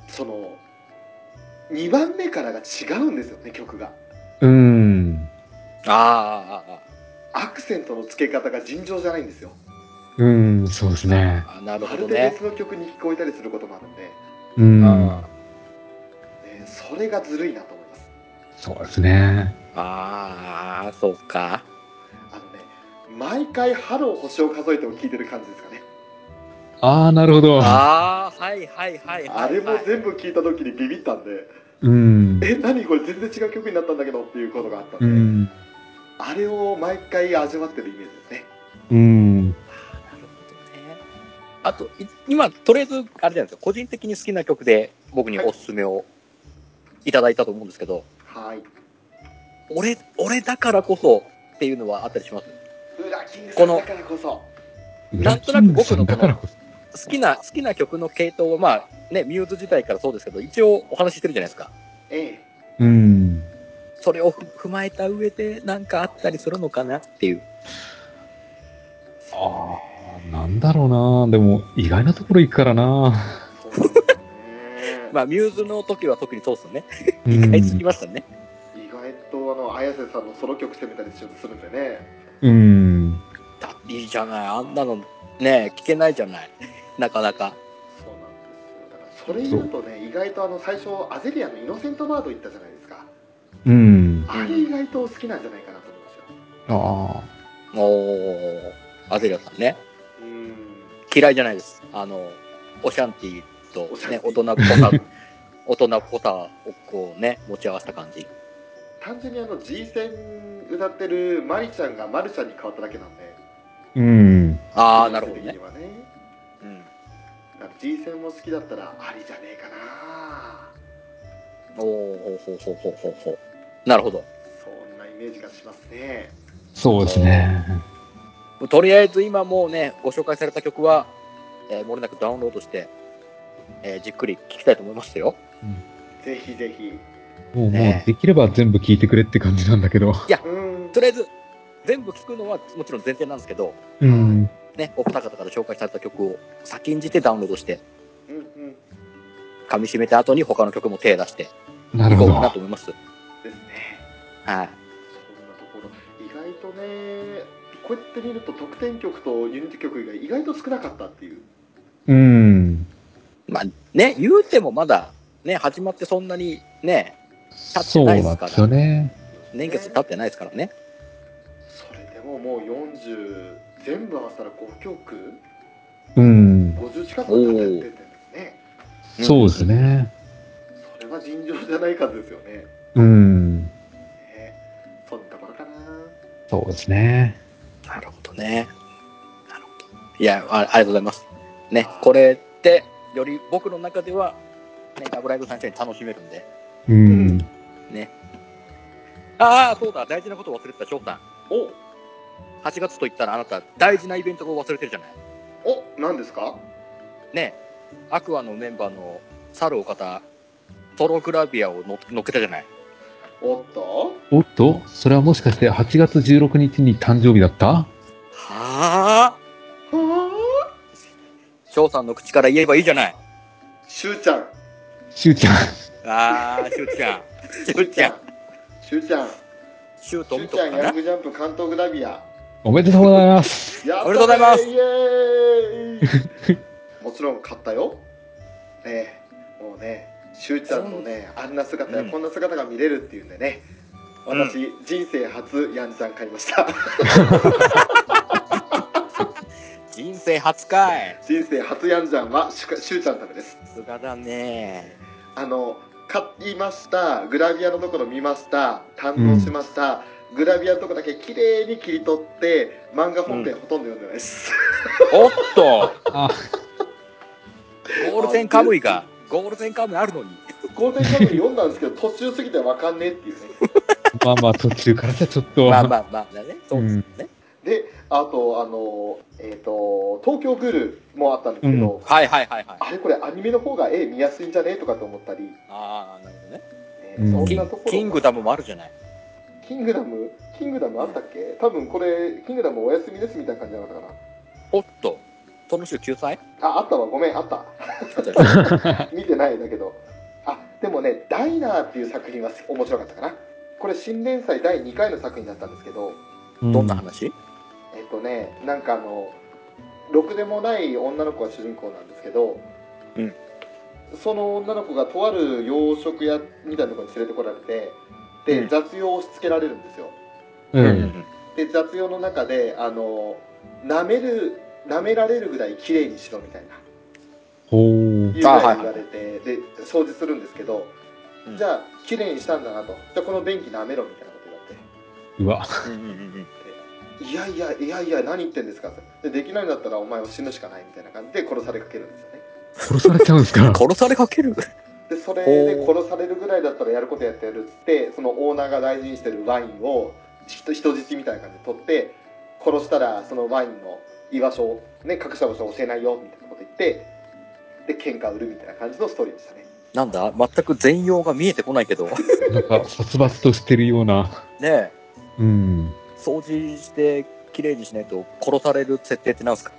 [SPEAKER 1] その2番目からが違うんですよね曲が
[SPEAKER 2] うん。
[SPEAKER 3] あああ
[SPEAKER 1] アクセントの付け方が尋常じゃないんですよ
[SPEAKER 2] うん。そうですね。
[SPEAKER 3] あああ、なる
[SPEAKER 1] ま
[SPEAKER 3] ほ
[SPEAKER 1] る
[SPEAKER 3] ど
[SPEAKER 1] で
[SPEAKER 3] ね。
[SPEAKER 1] 別の曲に聞こえたりすることもあるんで、
[SPEAKER 2] う。
[SPEAKER 3] うんん
[SPEAKER 1] ねそそれがずるいなと思います
[SPEAKER 2] そうですね。
[SPEAKER 3] ああ、そうか。
[SPEAKER 1] あのね毎回ハロー星を数えても聞いてる感じですかね
[SPEAKER 2] ああ、なるほど。
[SPEAKER 3] ああ、はいはいはいはい、はい。
[SPEAKER 1] あれも全部聞いた時にビビったんで
[SPEAKER 2] うん。
[SPEAKER 1] え何これ全然違う曲になったんだけどっていうことがあったんで、
[SPEAKER 2] うん。
[SPEAKER 1] あれを毎回味わってるイメージですね
[SPEAKER 2] うん。
[SPEAKER 3] あーなるほどね。あと、い今、とりあえず、あれじゃないですか、個人的に好きな曲で僕におすすめをいただいたと思うんですけど、
[SPEAKER 1] はい
[SPEAKER 3] 俺、俺だからこそっていうのはあったりします
[SPEAKER 1] 裏キングさんだからこそ
[SPEAKER 3] なんとなく僕のこの
[SPEAKER 2] だからこそ。
[SPEAKER 3] 好きな、好きな曲の系統は、まあ、ね、ミューズ自体からそうですけど、一応お話ししてるじゃないですか。
[SPEAKER 1] ええ
[SPEAKER 2] うん。
[SPEAKER 3] それをふ踏まえた上で、なんかあったりするのかなっていう。
[SPEAKER 2] ああ、なんだろうな。でも、意外なところ行くからな。
[SPEAKER 1] そうなんですよね、
[SPEAKER 3] まあ、ミューズの時は特にそうっすね。
[SPEAKER 2] うん
[SPEAKER 3] 意 外すぎましたね。
[SPEAKER 1] 意外とあの綾瀬さんのソロ曲攻めたりしようとするんでね
[SPEAKER 2] うん。
[SPEAKER 3] だっていいじゃない。あんなの、ね、聞けないじゃない。なかなか。
[SPEAKER 1] そうなんですよだからそれ言うとね意外とあの最初アゼリアのイノセントバード行ったじゃないですか
[SPEAKER 2] うん。
[SPEAKER 1] あれ意外と好きなんじゃないかなと思うんですよ
[SPEAKER 2] あ
[SPEAKER 3] おー、アゼリアさんね。
[SPEAKER 1] うん
[SPEAKER 3] 嫌いじゃないです。あの、オシャンティと
[SPEAKER 1] オシャン
[SPEAKER 3] ね、
[SPEAKER 1] ティ
[SPEAKER 3] 大人っぽさ、 大人っぽさをこうね、持ち合わせた感じ。
[SPEAKER 1] 単純にあの G 戦歌ってるマリちゃんがマルちゃんに変わっただけなんで
[SPEAKER 2] あ。うん。
[SPEAKER 3] ああ、なるほど
[SPEAKER 1] 的
[SPEAKER 3] ね
[SPEAKER 1] に。はね
[SPEAKER 3] うん。
[SPEAKER 1] だから G 戦も好きだったらありじゃねえかな
[SPEAKER 3] おおほうほうほうほうほう。なるほど。
[SPEAKER 1] そんなイメージがしますね
[SPEAKER 2] そうですね。
[SPEAKER 3] とりあえず今もうね、ご紹介された曲は、えー、もれなくダウンロードして、えーじっくり聴きたいと思いますよ。
[SPEAKER 1] ぜひぜひ
[SPEAKER 2] もう、も
[SPEAKER 3] ね
[SPEAKER 2] う、できれば全部聞いてくれって感じなんだけど。
[SPEAKER 1] うん
[SPEAKER 3] とりあえず、全部聴くのはもちろん前提なんですけど、
[SPEAKER 2] うん。
[SPEAKER 3] ね、お二方から紹介された曲を先んじてダウンロードして、
[SPEAKER 1] うんうん
[SPEAKER 3] 噛み締めた後に他の曲も手出して
[SPEAKER 2] ないる
[SPEAKER 3] こ
[SPEAKER 2] ほ
[SPEAKER 3] うかなと
[SPEAKER 2] ど。
[SPEAKER 3] 思います。
[SPEAKER 1] ですね
[SPEAKER 3] は
[SPEAKER 1] そ
[SPEAKER 3] い。
[SPEAKER 1] んなところ意外とねこうやって見ると得点曲とユニット曲以外意外と少なかったっていう
[SPEAKER 2] うん。
[SPEAKER 3] まあね、言うてもまだ、ね、始まってそんなにね、
[SPEAKER 2] そうなんですよね。
[SPEAKER 3] 年月経ってないですからね。
[SPEAKER 1] それでももう40全部合わせたら5曲
[SPEAKER 2] うん。
[SPEAKER 1] 50近くになってってんですね
[SPEAKER 2] そうですね。
[SPEAKER 1] それは尋常じゃない数ですよね
[SPEAKER 2] うん。
[SPEAKER 1] ねそんなところかな
[SPEAKER 2] そうですね。
[SPEAKER 3] なるほどね。なるほど。いやあ、ありがとうございます。ね、これって、より僕の中では、ね、ラブライブさんに楽しめるんで。
[SPEAKER 2] うん。
[SPEAKER 3] ああ、そうだ、大事なこと忘れてた、翔さん。
[SPEAKER 1] お
[SPEAKER 3] 8月と言ったらあなた、大事なイベントを忘れてるじゃない。
[SPEAKER 1] お何ですか
[SPEAKER 3] ね、アクアのメンバーのサルお方、トログラビアをの乗っけたじゃない。
[SPEAKER 1] おっと
[SPEAKER 2] おっと、それはもしかして8月16日に誕生日だった
[SPEAKER 3] はあ、
[SPEAKER 1] は
[SPEAKER 3] 翔さんの口から言えばいいじゃない。
[SPEAKER 1] あしゅうちゃん
[SPEAKER 2] しゅうちゃん。
[SPEAKER 3] ああ、しゅうちゃん。 しゅうちゃん。
[SPEAKER 1] しゅうちゃんし
[SPEAKER 3] シュー
[SPEAKER 1] ゅ
[SPEAKER 3] ト
[SPEAKER 1] う
[SPEAKER 3] 見と
[SPEAKER 1] ちゃ
[SPEAKER 3] く
[SPEAKER 1] ん
[SPEAKER 3] か
[SPEAKER 1] ヤ
[SPEAKER 3] な
[SPEAKER 1] ン。グジャンプ関東グラビア
[SPEAKER 2] おめでとうござい ます。
[SPEAKER 1] やったね
[SPEAKER 3] おめでとうございます
[SPEAKER 1] イエーイもちろん買ったよねえもうねしゅうちゃんのねあんな姿や
[SPEAKER 3] うん
[SPEAKER 1] こんな姿が見れるっていうんでね、
[SPEAKER 3] うん
[SPEAKER 1] 私人生初ヤンちゃん買いました
[SPEAKER 3] 人生初回。
[SPEAKER 1] 人生初ヤンちゃんはしゅしゅうちゃんのためです
[SPEAKER 3] さすがだね。
[SPEAKER 1] あの買いましたグラビアのところ見ました堪能しました、グラビアのところだけ綺麗に切り取って漫画本編ほとんど読んでないです、
[SPEAKER 3] おっと、
[SPEAKER 2] あ、
[SPEAKER 3] ゴールデンカムイが、ゴールデンカムイあるのに。
[SPEAKER 1] ゴールデンカムイ読んだんですけど途中すぎてわかんねえっていうね
[SPEAKER 2] まあまあ途中からじゃちょっと。
[SPEAKER 3] まあまあまあね、そうですよね。
[SPEAKER 1] であとあのえっ、と東京グルもあったんですけど、
[SPEAKER 3] はいはいはいはい。
[SPEAKER 1] あれこれアニメの方が絵見やすいんじゃねえとかと思ったり、ね
[SPEAKER 3] ああ、なるほどね。
[SPEAKER 2] うん
[SPEAKER 1] そ
[SPEAKER 3] キ
[SPEAKER 1] んな
[SPEAKER 3] ン
[SPEAKER 1] ところ
[SPEAKER 3] キングダムもあるじゃない。
[SPEAKER 1] キングダムキングダムあったっけ多分これキングダムお休みですみたいな感じじゃなかったか
[SPEAKER 3] おっと、その週救済
[SPEAKER 1] なああったわごめんあった見てないんだけどあでもね「ダイナー」っていう作品は面白かったかなこれ新連載第2回の作品だったんですけど
[SPEAKER 3] どんな話
[SPEAKER 1] えっとねなんかあのろくでもない女の子が主人公なんですけど、
[SPEAKER 3] うん
[SPEAKER 1] その女の子がとある洋食屋みたいなところに連れてこられてで、
[SPEAKER 3] うん
[SPEAKER 1] 雑用を押し付けられるんですよ
[SPEAKER 2] うん。
[SPEAKER 1] で雑用の中であの舐める舐められるぐらい綺麗にしろみたいな
[SPEAKER 2] ほ。
[SPEAKER 1] いううぐら
[SPEAKER 3] あはいい
[SPEAKER 1] 言われてで掃除するんですけど、
[SPEAKER 3] うん
[SPEAKER 1] じゃあ綺麗にしたんだなとじゃあこの便器舐めろみたいなこと言われて
[SPEAKER 2] うわ。
[SPEAKER 1] いやいやいやいや何言ってんですかでできないんだったらお前は死ぬしかないみたいな感じで殺されかけるんですよね
[SPEAKER 2] 殺されちゃうんですか
[SPEAKER 3] 殺されかける
[SPEAKER 1] でそれで殺されるぐらいだったらやることやってやるっつってそのオーナーが大事にしてるワインを人人質みたいな感じで取って殺したらそのワインの居場所を、ね、隠した場所を教えないよみたいなこと言ってで喧嘩売るみたいな感じのストーリーでしたね
[SPEAKER 3] なんだ全く全容が見えてこないけど。 ね
[SPEAKER 2] なんか、殺伐としてるような。
[SPEAKER 3] え、
[SPEAKER 2] うん。
[SPEAKER 3] 掃除して綺麗にしないと殺される設定ってなんですか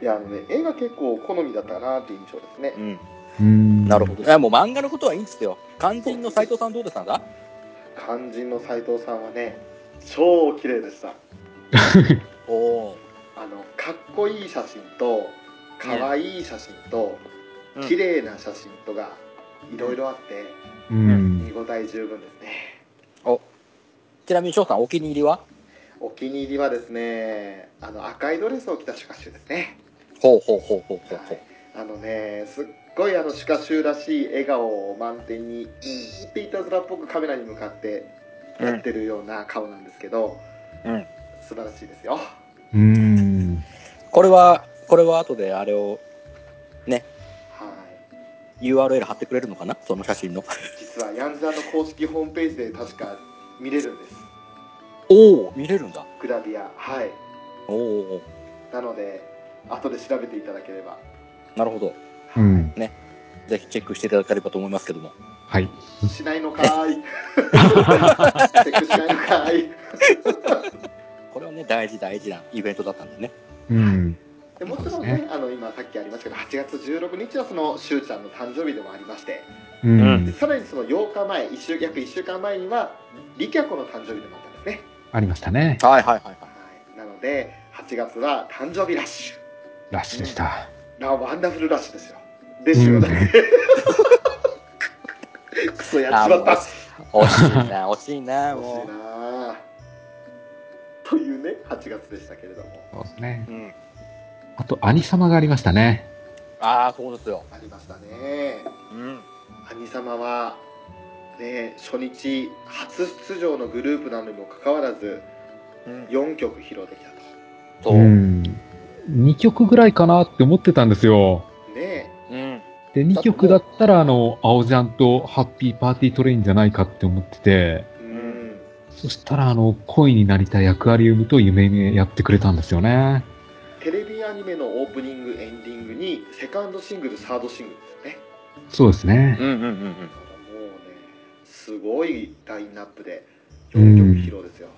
[SPEAKER 1] いやあのね映画結構好みだったかなっていう印象ですね
[SPEAKER 3] うん。
[SPEAKER 2] うん。
[SPEAKER 3] なるほど。いや、もう漫画のことはいいんですよ。肝心の斎藤さんどうでしたんだ
[SPEAKER 1] 肝心の斎藤さんはね超綺麗でした
[SPEAKER 3] おお
[SPEAKER 1] あのかっこいい写真と可愛い写真と
[SPEAKER 3] うん
[SPEAKER 1] 綺麗な写真とがいろいろあって
[SPEAKER 2] う
[SPEAKER 1] 見
[SPEAKER 2] ん。
[SPEAKER 1] 応え十分ですね
[SPEAKER 3] ちなみに翔さんお気に入りは
[SPEAKER 1] お気に入りはですねあの赤いドレスを着たシュカシュですね、
[SPEAKER 3] ほうほうほうほうほう
[SPEAKER 1] は
[SPEAKER 3] ほう
[SPEAKER 1] い。、あのねすっごいあのシュカシュらしい笑顔を満点にいーっていたずらっぽくカメラに向かってやってるような顔なんですけど、
[SPEAKER 3] うん
[SPEAKER 1] 素晴らしいですよ
[SPEAKER 2] うん。
[SPEAKER 3] これは、これは後であれを
[SPEAKER 1] はい
[SPEAKER 3] URL 貼ってくれるのかなその写真の。
[SPEAKER 1] 実はヤンザの公式ホームページで確か見れるんです
[SPEAKER 3] おお見れるんだ。
[SPEAKER 1] グラビアはい
[SPEAKER 3] おお
[SPEAKER 1] なので後で調べていただければ
[SPEAKER 3] なるほど。
[SPEAKER 2] うん。
[SPEAKER 3] ぜひチェックしていただければと思いますけども。
[SPEAKER 2] はい。
[SPEAKER 1] しないのかーいチェックしないのかーい
[SPEAKER 3] これはね、大事大事なイベントだったんでね。
[SPEAKER 2] うん。
[SPEAKER 1] でもちろん
[SPEAKER 2] そう
[SPEAKER 1] ね
[SPEAKER 2] で
[SPEAKER 1] あの今さっきありましたけど8月16日はそのしゅうちゃんの誕生日でもありまして
[SPEAKER 2] う
[SPEAKER 1] で
[SPEAKER 2] ん。
[SPEAKER 1] さらにその8日前一週約1週間前にはリキャコの誕生日でもあったんですね、
[SPEAKER 2] ありましたね。
[SPEAKER 3] はいはいはいは
[SPEAKER 1] はい、なので8月は誕生日ラッシュ
[SPEAKER 2] ラッシュでした。
[SPEAKER 1] ラワンダフルラッシュですよでしゅうだけクソやっちまった
[SPEAKER 3] 惜しいな、惜しいな、
[SPEAKER 1] 惜し
[SPEAKER 3] も
[SPEAKER 1] いなあというね8月でしたけれども
[SPEAKER 2] そうですね
[SPEAKER 3] う。。うん。
[SPEAKER 2] あと、兄様がありましたね。
[SPEAKER 3] ああ、そうですよ。
[SPEAKER 1] ありましたね
[SPEAKER 3] うん。
[SPEAKER 1] 兄様はね初日初出場のグループなのにもかかわらず
[SPEAKER 3] うん、
[SPEAKER 1] 4曲披露できたと
[SPEAKER 3] そう。
[SPEAKER 2] う
[SPEAKER 3] うん。
[SPEAKER 2] ん。2曲ぐらいかなって思ってたんですよ。
[SPEAKER 1] ね
[SPEAKER 2] で、2曲だったら、あの、青ジャンとハッピーパーティートレインじゃないかって思ってて、
[SPEAKER 1] うん
[SPEAKER 2] そしたら、あの、恋になりたいアクアリウムと夢にやってくれたんですよね。
[SPEAKER 1] テレビアニメのオープニングエンディングにセカンドシングルサードシングルですよね
[SPEAKER 2] そうですね
[SPEAKER 3] う。んうんうんうん
[SPEAKER 1] だ。からもうねすごいラインナップで4曲披露ですよ、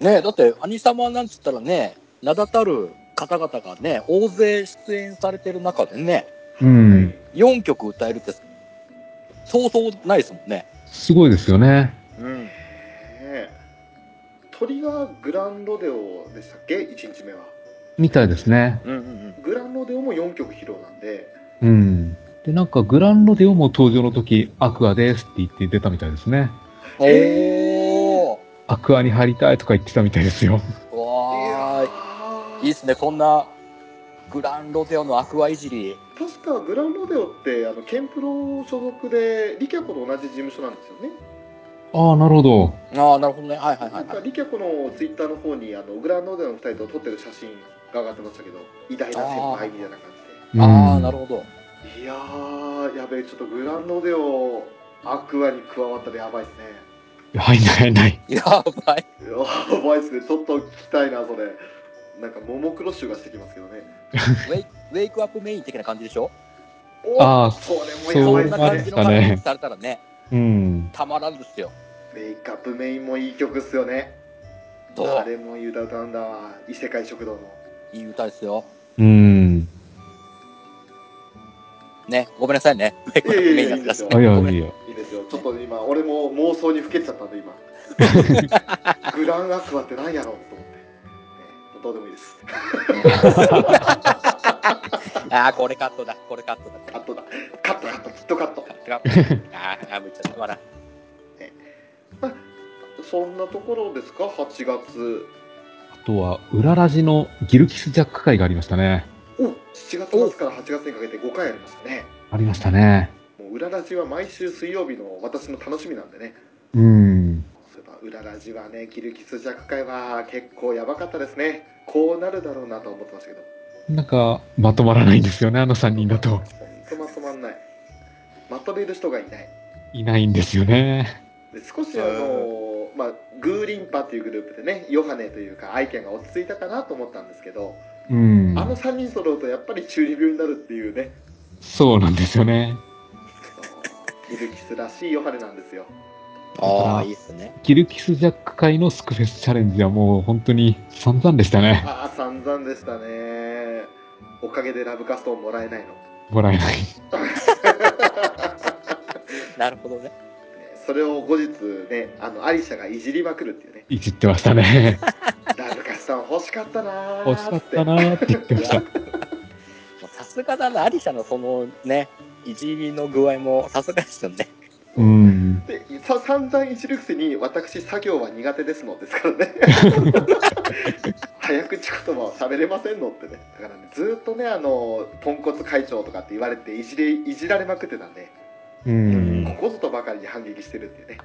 [SPEAKER 3] ねえだって、兄様なんつったらね、名だたる方々がね、大勢出演されてる中でね、
[SPEAKER 2] うん
[SPEAKER 1] はい
[SPEAKER 3] 4曲歌えるって、そうそうないですもんね。
[SPEAKER 2] すごいですよね。
[SPEAKER 3] うん。
[SPEAKER 1] ねトリガーグランロデオでしたっけ1日目は
[SPEAKER 2] みたいですね。
[SPEAKER 3] うんうん
[SPEAKER 1] グランロデオも4曲披露なんで
[SPEAKER 2] うん。で、なんか、グランロデオも登場の時、アクアですって言って出たみたいですね。
[SPEAKER 3] うん。おー。
[SPEAKER 2] アクアに入りたいとか言ってたみたいですよ。
[SPEAKER 3] わーいいっ
[SPEAKER 1] い
[SPEAKER 3] すね、こんなグランロゼオのアクアいじり。
[SPEAKER 1] 確かグランロデオってあのケンプロ所属でリキャコと同じ事務所なんですよね、
[SPEAKER 2] ああ、なるほど。
[SPEAKER 3] ああ、なるほどね。はいはいは
[SPEAKER 1] ないん
[SPEAKER 3] は
[SPEAKER 1] か
[SPEAKER 3] い。
[SPEAKER 1] リキャコのツイッターの方にあのグランロデオの2人と撮ってる写真が上がってましたけど偉大な先輩みたいな感
[SPEAKER 3] ああ、なるほど。
[SPEAKER 1] じでいやーやべえちょっとグランロデオアクアに加わったらやばいですね
[SPEAKER 2] ど。入んない、入んない。
[SPEAKER 3] やばい。
[SPEAKER 1] やばいっすねちょっと聞きたいなそれなんかももクロ集がしてきますけどね
[SPEAKER 3] ウェイウェイクアップメイン的な感じでしょ
[SPEAKER 1] お
[SPEAKER 2] ああ
[SPEAKER 1] それも
[SPEAKER 3] こ
[SPEAKER 1] やば
[SPEAKER 2] そう
[SPEAKER 1] い
[SPEAKER 3] ん
[SPEAKER 1] で
[SPEAKER 3] な
[SPEAKER 1] すね
[SPEAKER 2] あれです
[SPEAKER 3] 感じの感
[SPEAKER 2] かね
[SPEAKER 3] じにされたらね、
[SPEAKER 2] うん。
[SPEAKER 3] たまらんですよ。
[SPEAKER 1] メイクアップメインもいい曲っすよね
[SPEAKER 3] ど
[SPEAKER 1] あ
[SPEAKER 3] う
[SPEAKER 1] れもユダ歌うんだわ異世界食堂の
[SPEAKER 3] いい歌ですよ。
[SPEAKER 2] うん。
[SPEAKER 3] ね、ごめんなさいね。ウェイクアップメインだったらし
[SPEAKER 2] あ、いや、
[SPEAKER 3] ごめん
[SPEAKER 2] いや。
[SPEAKER 1] いいですよちょっと今俺も妄想にふけてちゃったんで 今グランアクアって何やろうと思って、ねどうでもいいです
[SPEAKER 3] ああ、これカットだ、これカットだ。
[SPEAKER 1] カットだ。カットカット、きっとカット
[SPEAKER 3] カ。ットカット。あーあー、めっちゃたまらん。
[SPEAKER 1] そんなところですか、8月。
[SPEAKER 2] あとは、裏ラジのギルキスジャック会がありましたね。
[SPEAKER 1] お7月末から8月にかけて5回ありましたね。
[SPEAKER 2] ありましたね。
[SPEAKER 1] もう裏ラジは毎週水曜日の私の楽しみなんでね。
[SPEAKER 2] うん。
[SPEAKER 1] そういえば裏ラジはね、キルキス弱会は結構やばかったですね。こうなるだろうなとは思ってましたけど。
[SPEAKER 2] なんか、まとまらないんですよね、あの3人だ
[SPEAKER 1] ほ
[SPEAKER 2] と。
[SPEAKER 1] んとまとまんない。まとめる人がいない。
[SPEAKER 2] いないんですよね。
[SPEAKER 1] で少しあの、まあ、グーリンパというグループでねヨハネというか愛犬が落ち着いたかなと思ったんですけど、
[SPEAKER 2] うん。
[SPEAKER 1] あの3人揃うとやっぱり中二病になるっていうね
[SPEAKER 2] そうなんですよね。
[SPEAKER 1] ギルキスらしいヨハネなんですよ
[SPEAKER 3] ああ、いいっすね。
[SPEAKER 2] ギルキスジャック会のスクフェスチャレンジはもう本当に散々でしたね。
[SPEAKER 1] ああ散々でしたねおかげでラブカストンもらえないの
[SPEAKER 2] もらえない。
[SPEAKER 3] なるほどね。
[SPEAKER 1] それを後日ねあのアリシャがいじりまくるっていうね
[SPEAKER 2] いじってましたね。
[SPEAKER 1] ラブカストン欲しかったなー
[SPEAKER 2] 惜しかったなーって言ってました。
[SPEAKER 3] もうさすがだな、アリシャのそのね、いじりの具合もさすがですよね。
[SPEAKER 2] うん。
[SPEAKER 1] でさ散々いじるくせに私作業は苦手ですのですから ね早口言葉を喋れませんのってねだからねずっとねあのポンコツ会長とかって言われていじれいじられまくってたんで
[SPEAKER 2] うん。
[SPEAKER 1] ここぞとばかりに反撃してるっていうね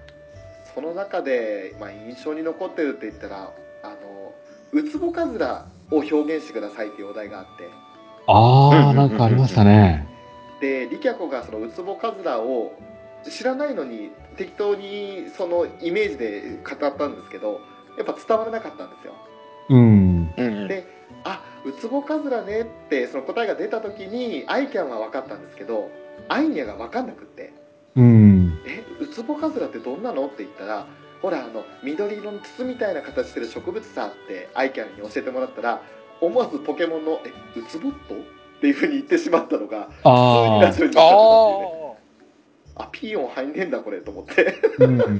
[SPEAKER 1] その中で、まあ、印象に残ってるって言ったらあのウツボカズラを表現してくださいっていうお題があって
[SPEAKER 2] あー、なんかありましたね。
[SPEAKER 1] でリキャコがそのウツボカズラを知らないのに適当にそのイメージで語ったんですけどやっぱ伝わらなかったんですよ
[SPEAKER 2] うん。
[SPEAKER 3] うん
[SPEAKER 1] であウツボカズラねってその答えが出た時にアイキャンは分かったんですけどアイニャが分かんなくって
[SPEAKER 2] うん
[SPEAKER 1] 「えウツボカズラってどんなの?」って言ったら「ほらあの緑色の筒みたいな形してる植物さ」ってアイキャンに教えてもらったら思わずポケモンの「えウツボット?」っていうふうに言ってしまったのが普通にラ
[SPEAKER 2] あ
[SPEAKER 1] ジオになっちゃったっていう
[SPEAKER 3] あ
[SPEAKER 1] ね。
[SPEAKER 3] あ。
[SPEAKER 1] あピー音入んねえんだこれと思って、 ね
[SPEAKER 2] ー、うん、
[SPEAKER 1] あ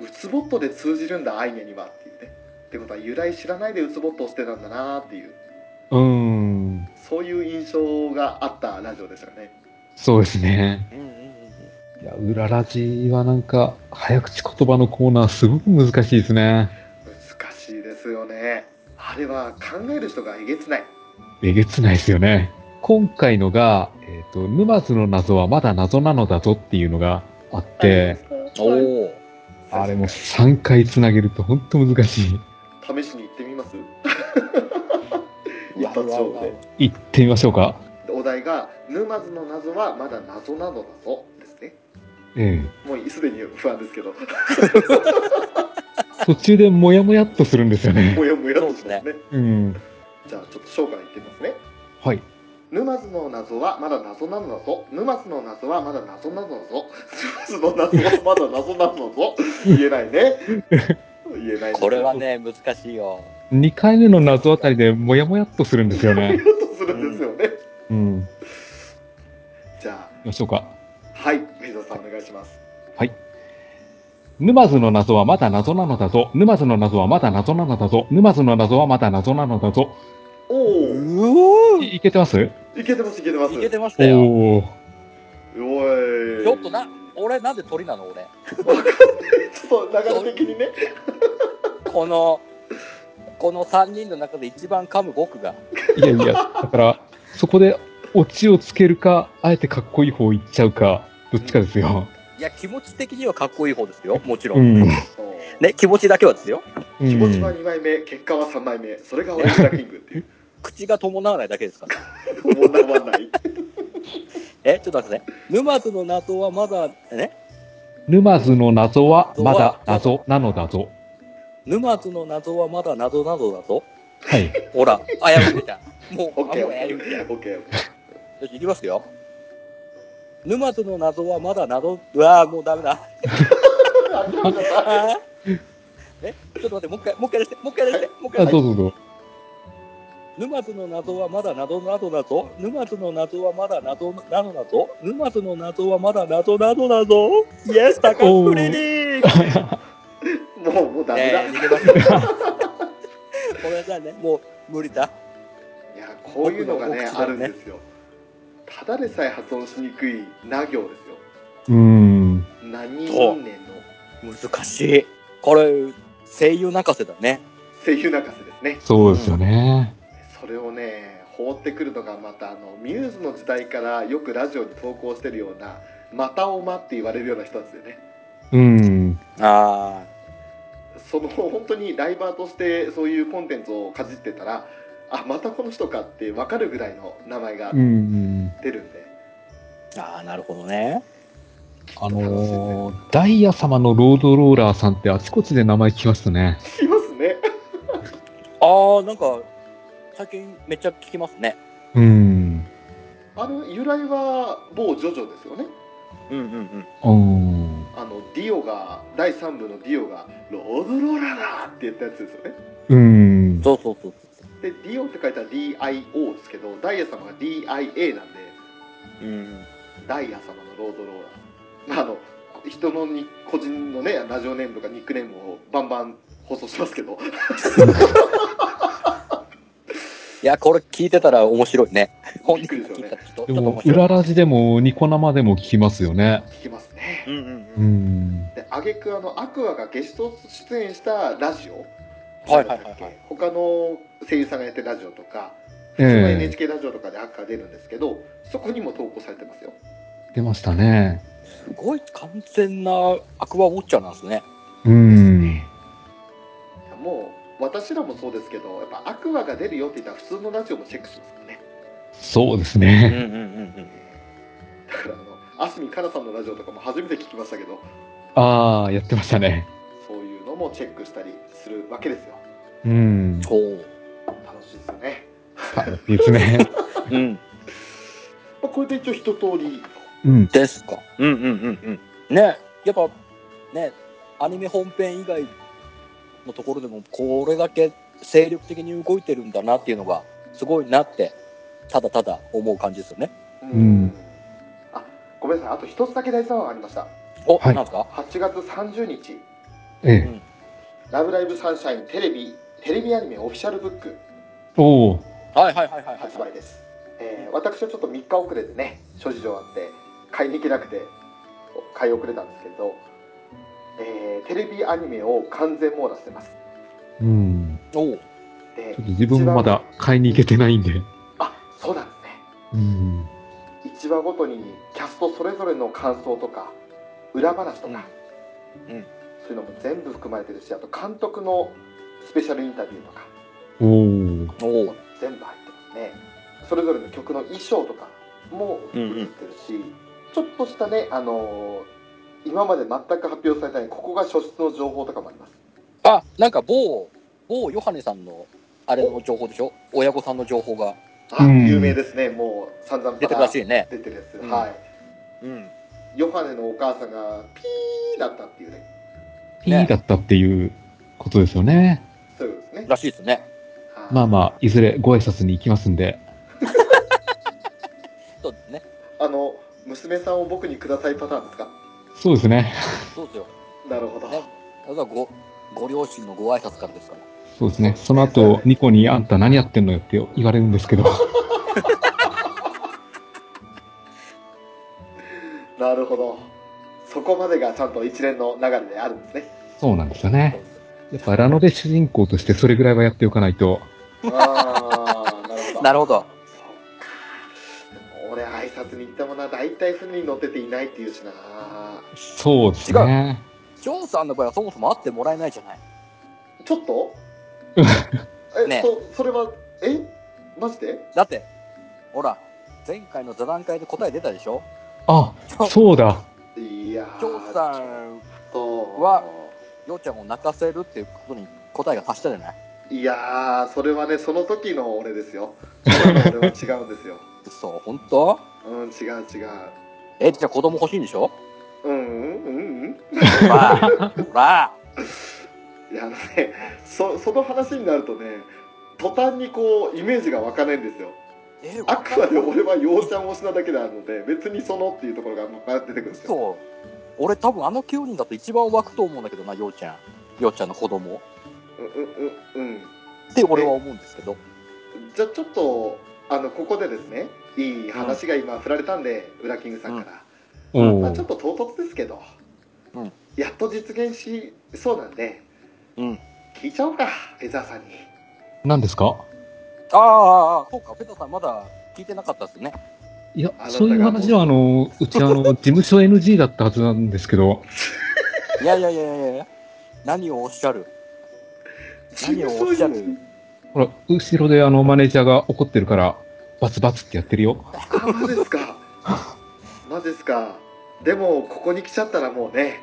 [SPEAKER 1] ウツボットで通じるんだアイニャにはっていうねってことは由来知らないでウツボットをしてたんだなっていう
[SPEAKER 2] うん、
[SPEAKER 1] そういう印象があったラジオでしたね
[SPEAKER 2] そうですね。
[SPEAKER 3] うんうんうん
[SPEAKER 2] いや、裏ラジはなんか、早口言葉のコーナーすごく難しいですね。
[SPEAKER 1] 難しいですよねあれは考える人がえげつない
[SPEAKER 2] えげつないですよね。今回のが、えっ、と、沼津の謎はまだ謎なのだぞっていうのがあって、
[SPEAKER 1] はい
[SPEAKER 3] おお。
[SPEAKER 2] あれも3回つなげると本当難しい。
[SPEAKER 1] 試しに行ってみます
[SPEAKER 3] うわうわうわうわ
[SPEAKER 2] 行ってみましょうか。
[SPEAKER 1] お題が「沼津の謎はまだ謎なのだぞ」ですね
[SPEAKER 2] え
[SPEAKER 1] もうすでに不安ですけど
[SPEAKER 2] え。途中でもやもやっとするんですよね
[SPEAKER 1] も。やもやとしますね
[SPEAKER 2] うん。
[SPEAKER 1] じゃあちょっと翔から行ってみますね
[SPEAKER 2] はい。
[SPEAKER 1] 沼津の謎はまだ謎なのだぞ沼津の謎はまだ謎なのだぞ沼津の謎はまだ謎なのだぞ言えないね言えない
[SPEAKER 3] これはね、難しいよ。
[SPEAKER 2] 2回目の謎あたりでもやもやっとするんですよね。
[SPEAKER 1] ちょっとするんですよね、
[SPEAKER 2] うん。行
[SPEAKER 1] じゃ
[SPEAKER 2] きましょうか。
[SPEAKER 1] あはい水野さんお願いします
[SPEAKER 2] 沼津の謎はまだ謎なのだぞ。沼津の謎はまだ謎なのだぞ。沼津の謎はまだ謎なのだぞ。
[SPEAKER 1] おお
[SPEAKER 3] うお。
[SPEAKER 2] いいけてます
[SPEAKER 1] いけてますいけてます
[SPEAKER 3] いけてましたよ。
[SPEAKER 2] おー。
[SPEAKER 1] おい
[SPEAKER 3] ちょっとな、俺なんで鳥なの俺。
[SPEAKER 1] ちょっと流れ的にね
[SPEAKER 3] この、この3人の中で一番噛む僕が。
[SPEAKER 2] いやいや、だ から、そこでオチをつけるか、あえてかっこいい方いっちゃうか、どっちかですよ。
[SPEAKER 3] いや、気持ち的にはかっこいい方ですよ。もちろ。
[SPEAKER 2] うんん。
[SPEAKER 1] そう
[SPEAKER 3] ね、気持ちだけはですよ。
[SPEAKER 1] 気持ちは
[SPEAKER 2] う
[SPEAKER 1] 2枚目結果は3枚目それがオリジナキングっていう
[SPEAKER 3] 口が伴わないだけですから。
[SPEAKER 1] 問題はない
[SPEAKER 3] え、ちょっと待ってね。沼津の謎はまだ、ね、
[SPEAKER 2] 沼津の謎はまだ謎なのだぞ。
[SPEAKER 3] 沼津の謎はまだ謎などだぞ。
[SPEAKER 2] はい。
[SPEAKER 3] ほら、危ういじゃ ん。もう、
[SPEAKER 1] オッケー
[SPEAKER 3] も
[SPEAKER 1] オ
[SPEAKER 3] う
[SPEAKER 1] ッ
[SPEAKER 3] 危ういじゃん。
[SPEAKER 1] ケーオッケー
[SPEAKER 3] よし、いきますよ。沼津の謎はまだ謎、うわーもうダメだ。
[SPEAKER 1] 諦めちゃった
[SPEAKER 3] あーえ、ちょっと待って、もう一回、もう一回出して、もう一回出して、もう一
[SPEAKER 2] あ、
[SPEAKER 3] 回出
[SPEAKER 2] ど
[SPEAKER 3] して。
[SPEAKER 2] うぞどうぞ。
[SPEAKER 3] 沼津の謎はまだ謎などだぞ。沼津の謎はまだ謎なのだぞ。沼津の謎はまだ謎なのだぞ。イエス、高橋クリニック
[SPEAKER 1] もうもうダメだ、
[SPEAKER 3] ねえ逃げましょうごめんなさいね、もう無理だ。
[SPEAKER 1] いやこういうのがね
[SPEAKER 3] 奥の
[SPEAKER 1] あ
[SPEAKER 3] 奥
[SPEAKER 1] るん
[SPEAKER 3] 地だよね
[SPEAKER 1] ですよただでさえ発音しにくいな行ですよ
[SPEAKER 2] うん。
[SPEAKER 1] 何
[SPEAKER 3] そう
[SPEAKER 1] 人年の
[SPEAKER 3] 難しい。これ、声優泣かせだね。
[SPEAKER 1] 声優泣かせですね
[SPEAKER 2] そうですよね。
[SPEAKER 1] それをね放ってくるのがまたあのミューズの時代からよくラジオに投稿してるような「またおま」って言われるような人たちでね
[SPEAKER 2] うん。
[SPEAKER 3] あ
[SPEAKER 1] その本当にライバーとしてそういうコンテンツをかじってたらあまたこの人かって分かるぐらいの名前が
[SPEAKER 2] うん。
[SPEAKER 1] 出るんで、
[SPEAKER 3] ーあー、なるほどね。
[SPEAKER 2] あのーダイヤ様のロードローラーさんってあちこちで名前聞きましたね。
[SPEAKER 1] 聞きますね
[SPEAKER 3] ああ、なんか、最近めっちゃ聞きますね。
[SPEAKER 2] うん。
[SPEAKER 1] あの由来は某ジョジョですよね
[SPEAKER 3] うんうんうん。
[SPEAKER 2] うん。
[SPEAKER 1] あのディオが第3部のディオが「ロードローラーだ!」って言ったやつですよね
[SPEAKER 2] うん。
[SPEAKER 3] そうそうそうそ
[SPEAKER 1] でディオって書いたら DIO ですけどダイヤ様が DIA なんで
[SPEAKER 3] う。うん。
[SPEAKER 1] ダイヤ様のロードローラー、まあ、あの人のに個人のねラジオネームとかニックネームをバンバン放送しますけ ど
[SPEAKER 3] いや、これ聞いてたら面白いね。本
[SPEAKER 1] びっ
[SPEAKER 3] 人
[SPEAKER 1] くり
[SPEAKER 3] に
[SPEAKER 1] ですよ
[SPEAKER 3] 聞
[SPEAKER 1] ね
[SPEAKER 3] いたらちょっ
[SPEAKER 2] で
[SPEAKER 3] とちょっと
[SPEAKER 2] も
[SPEAKER 3] 面、白い。
[SPEAKER 2] 裏ラジでもニコ生でも聞きますよね。
[SPEAKER 1] 聞きますね
[SPEAKER 3] うんうん
[SPEAKER 2] う
[SPEAKER 3] うん。
[SPEAKER 2] ん。
[SPEAKER 1] で挙句あのアクアがゲスト出演したラジオ
[SPEAKER 3] はいはいはいはい
[SPEAKER 1] 他の声優さんがやってるラジオとか
[SPEAKER 2] ええ
[SPEAKER 1] 普通の NHK ラジオとかでアクア出るんですけど、そこにも投稿されてますよ
[SPEAKER 2] 出ましたね。
[SPEAKER 3] すごい完全なアクアウォッチャーなんですね。
[SPEAKER 2] うん。
[SPEAKER 1] いやもう私らもそうですけどやっぱアクアが出るよって言ったら普通のラジオもチェックしますからね
[SPEAKER 2] そうです
[SPEAKER 3] うん
[SPEAKER 2] ね。
[SPEAKER 3] うんうん
[SPEAKER 1] だからあのあすみかなさんのラジオとかも初めて聞きましたけど
[SPEAKER 2] ああ、やってましたね。
[SPEAKER 1] そういうのもチェックしたりするわけですよ
[SPEAKER 2] うん
[SPEAKER 3] うん。。そう。
[SPEAKER 1] 楽しいですよね、
[SPEAKER 2] いいですね。
[SPEAKER 3] うん。
[SPEAKER 1] まあ、これで一応一通り
[SPEAKER 2] うん。
[SPEAKER 3] ですか。うんうんうんうん。ね、やっぱ、ね、アニメ本編以外のところでも、これだけ精力的に動いてるんだなっていうのが、すごいなって、ただただ思う感じですよね。
[SPEAKER 1] うん
[SPEAKER 2] ん
[SPEAKER 1] あごめんなさいあと一つだけ大事なのがありました
[SPEAKER 3] お、
[SPEAKER 2] はい
[SPEAKER 3] なんですか
[SPEAKER 1] 8月30日
[SPEAKER 2] え
[SPEAKER 3] う
[SPEAKER 2] え。
[SPEAKER 3] ん。
[SPEAKER 1] 「ラブライブサンシャイン」テレビテレビアニメオフィシャルブック
[SPEAKER 2] おお。
[SPEAKER 3] はいはいはいはい、はい。
[SPEAKER 1] 発売です、えー私はちょっと3日遅れでね諸事情あって買いに行けなくて買い遅れたんですけど、えーテレビアニメを完全網羅してます
[SPEAKER 2] うん。
[SPEAKER 3] おう
[SPEAKER 1] で
[SPEAKER 2] ちょっと自分もまだ買いに行けてないんで。
[SPEAKER 1] あそうなんですね
[SPEAKER 2] うん。
[SPEAKER 1] 1話ごとにキャストそれぞれの感想とか裏話とか、
[SPEAKER 3] うんうん
[SPEAKER 1] そういうのも全部含まれてるしあと監督のスペシャルインタビューとか
[SPEAKER 2] おお。
[SPEAKER 3] おう
[SPEAKER 1] 全部入ってますねそれぞれの曲の衣装とかも
[SPEAKER 3] うんうん
[SPEAKER 1] 映ってるし、ちょっとしたねあのー今まで全く発表されてないここが初出の情報とかもあります
[SPEAKER 3] あ、なんか某、某ヨハネさんの、あれの情報でしょ親御さんの情報が
[SPEAKER 1] あ、
[SPEAKER 2] うん
[SPEAKER 1] 有名ですねもう散々
[SPEAKER 3] 出てるらしいね。
[SPEAKER 1] 出てるやつ、
[SPEAKER 3] うん
[SPEAKER 1] はい
[SPEAKER 3] うん。
[SPEAKER 1] ヨハネのお母さんがピーだったっていうね
[SPEAKER 2] P だったっていうことですよね。
[SPEAKER 1] そういうことですね
[SPEAKER 3] らしいですね。
[SPEAKER 1] はい
[SPEAKER 2] まあまあ、いずれご挨拶に行きますんで。
[SPEAKER 3] そうですね。
[SPEAKER 1] あの娘さんを僕にくださいパターンですか
[SPEAKER 2] そうですね。
[SPEAKER 3] そうですよ。
[SPEAKER 1] なるほど、
[SPEAKER 3] ねだからご、ご両親のご挨拶からですから。
[SPEAKER 2] そうですね。その後、ニコにあんた何やってんのよって言われるんですけど。
[SPEAKER 1] なるほどそこまでがちゃんと一連の流れであるんですね
[SPEAKER 2] そうなんですよね。やっぱラノベ主人公としてそれぐらいはやっておかないと。
[SPEAKER 1] ああなるほど
[SPEAKER 3] なるほど。
[SPEAKER 1] そっかでも俺挨拶に行ってもな大体船に乗ってていないっていうしな
[SPEAKER 2] そうですね。
[SPEAKER 3] ジョンさんの場合はそもそも会ってもらえないじゃない。
[SPEAKER 1] ちょっ と
[SPEAKER 2] うん
[SPEAKER 1] え、
[SPEAKER 3] ね
[SPEAKER 1] そそれはえマジで
[SPEAKER 3] だって、ほら、前回の座談会で答え出たでしょ
[SPEAKER 2] あ、
[SPEAKER 3] ジョン
[SPEAKER 2] そうだ。
[SPEAKER 1] いやー
[SPEAKER 3] ジョンさん、
[SPEAKER 1] ちょっと
[SPEAKER 3] はようちゃんを泣かせるっていうことに答えが達したじゃない
[SPEAKER 1] いやーそれはねその時の俺です よ今の俺は違うんですよ
[SPEAKER 3] そう、本当
[SPEAKER 1] うん違う違う
[SPEAKER 3] え、じゃあ子供欲しいんでしょ
[SPEAKER 1] うんうんうんうん
[SPEAKER 3] ほら、ほら、
[SPEAKER 1] いやあのねそその話になるとね途端にこうイメージが湧かないんですよ
[SPEAKER 3] え、
[SPEAKER 1] あくまで俺は陽ちゃん推しなだけなので別にそのっていうところがまあ出てくるんですよ
[SPEAKER 3] そう。俺多分あの9人だと一番湧くと思うんだけどな、ようちゃん。ようちゃんの子供。
[SPEAKER 1] うんうんうんうん
[SPEAKER 3] って俺は思うんですけど。
[SPEAKER 1] じゃあちょっとあのここでですねいい話が今振られたんで、ウラキングさんから、
[SPEAKER 2] うん
[SPEAKER 1] まあ、ちょっと唐突ですけど、
[SPEAKER 3] うん
[SPEAKER 1] やっと実現しそうなんで
[SPEAKER 3] うん。
[SPEAKER 1] 聞いちゃおうか江沢さんに
[SPEAKER 2] 何ですか
[SPEAKER 3] ああああ、そうか、ペタさんまだ聞いてなかったですね。
[SPEAKER 2] いや
[SPEAKER 1] あなた、が
[SPEAKER 2] そういう話は、あの、うち、あ の、事務所 NG だったはずなんですけど、
[SPEAKER 3] いやいやいやいやいや、何をおっしゃる何をおっしゃる
[SPEAKER 2] ほら、後ろで、あの、マネージャーが怒ってるから、バツバツってやってるよ。
[SPEAKER 1] あマジです かマジですかでもここに来ちゃったらもうね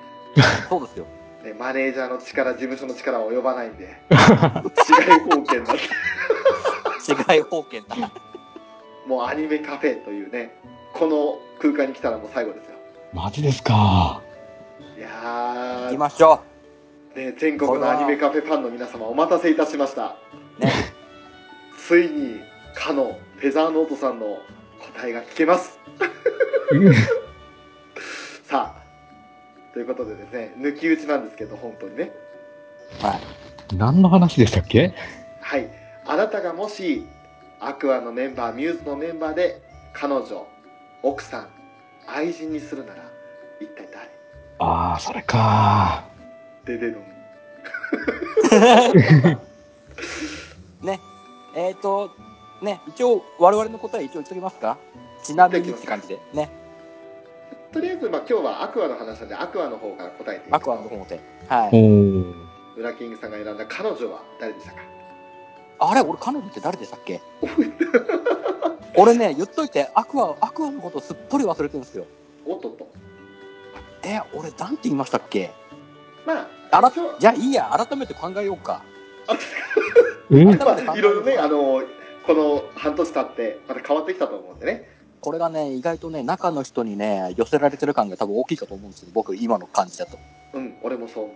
[SPEAKER 3] そうですよ。
[SPEAKER 1] ねマネージャーの力事務所の力は及ば ないんで違い貢献だ
[SPEAKER 3] 違い方権だ。
[SPEAKER 1] もうアニメカフェというねこの空間に来たらもう最後ですよ
[SPEAKER 2] マジです か。
[SPEAKER 1] いや
[SPEAKER 3] 行き
[SPEAKER 1] ー、
[SPEAKER 3] ましょ
[SPEAKER 1] ね、全国のアニメカフェファンの皆様お待たせいたしました
[SPEAKER 3] う。ね。
[SPEAKER 1] ついにかのフェザーノートさんの答えが聞けますさあということでですね抜き打ちなんですけど本当にね
[SPEAKER 3] はい。
[SPEAKER 2] 何の話でしたっけ
[SPEAKER 1] はいあなたがもしアクアのメンバーミューズのメンバーで彼女奥さん愛人にするなら一体誰
[SPEAKER 2] ああ、それか。
[SPEAKER 1] デデドン
[SPEAKER 3] ね。えっ、ー、と、ね、一応、我々の答え一応言っときますかちなみにって感じで。ね。
[SPEAKER 1] とりあえず、まあ、今日はアクアの話なんでアクアの方から答えてい
[SPEAKER 3] アクアの方で。はい。
[SPEAKER 2] おお。
[SPEAKER 1] ウラキングさんが選んだ彼女は誰でしたか
[SPEAKER 3] あれ俺、彼女って誰でしたっけ俺ね、言っといて、アクア、アクアのことすっぽり忘れてるんですよ。
[SPEAKER 1] おっとっと
[SPEAKER 3] え、俺、なんて言いましたっけ
[SPEAKER 1] まあ
[SPEAKER 3] あら
[SPEAKER 1] 一応
[SPEAKER 3] じゃあいいや、改めて考えようか。
[SPEAKER 2] え
[SPEAKER 1] まあいろいろねあのこの半年経ってまた変わってきたと思うんでね
[SPEAKER 3] これがね、意外とね、中の人にね、寄せられてる感が多分大きいかと思うんですけど、僕、今の感じだと。
[SPEAKER 1] うん俺もそう思う、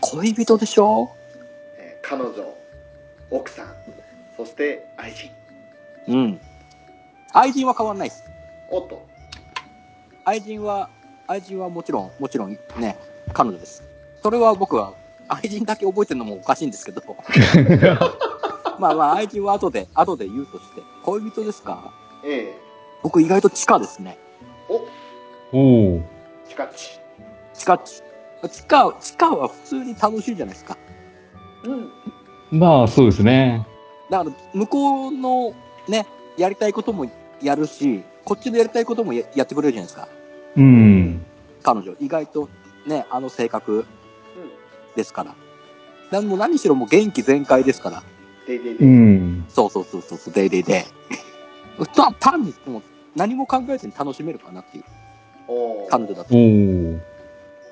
[SPEAKER 3] 恋人でしょ
[SPEAKER 1] えー彼女奥さんそして愛人
[SPEAKER 3] うん。愛人は変わんないです。
[SPEAKER 1] おっと
[SPEAKER 3] 愛人は、愛人はもちろん、もちろんね、彼女です。それは僕は、愛人だけ覚えてるのもおかしいんですけ ど、まあまあ、愛人は後で、後で言うとして。恋人ですか
[SPEAKER 1] ええ
[SPEAKER 3] 僕意外と地下ですね。
[SPEAKER 1] お
[SPEAKER 2] おお。
[SPEAKER 1] チカチ
[SPEAKER 3] 地下っち、地下、地下は普通に楽しいじゃないですか。
[SPEAKER 1] うん
[SPEAKER 2] まあ、そうですね。
[SPEAKER 3] だから、向こうのね、やりたいこともやるし、こっちのやりたいこともややってくれるじゃないですか。
[SPEAKER 2] うん。
[SPEAKER 3] 彼女。意外とね、あの性格ですから。なんもう何しろもう元気全開ですから。
[SPEAKER 1] ででで、
[SPEAKER 2] うん。
[SPEAKER 3] そうそうそうそうそう、デイデイデイ。た単にもう何も考えずに楽しめるかなっていう
[SPEAKER 1] おー
[SPEAKER 3] 彼女だ
[SPEAKER 2] お
[SPEAKER 3] と。
[SPEAKER 2] お。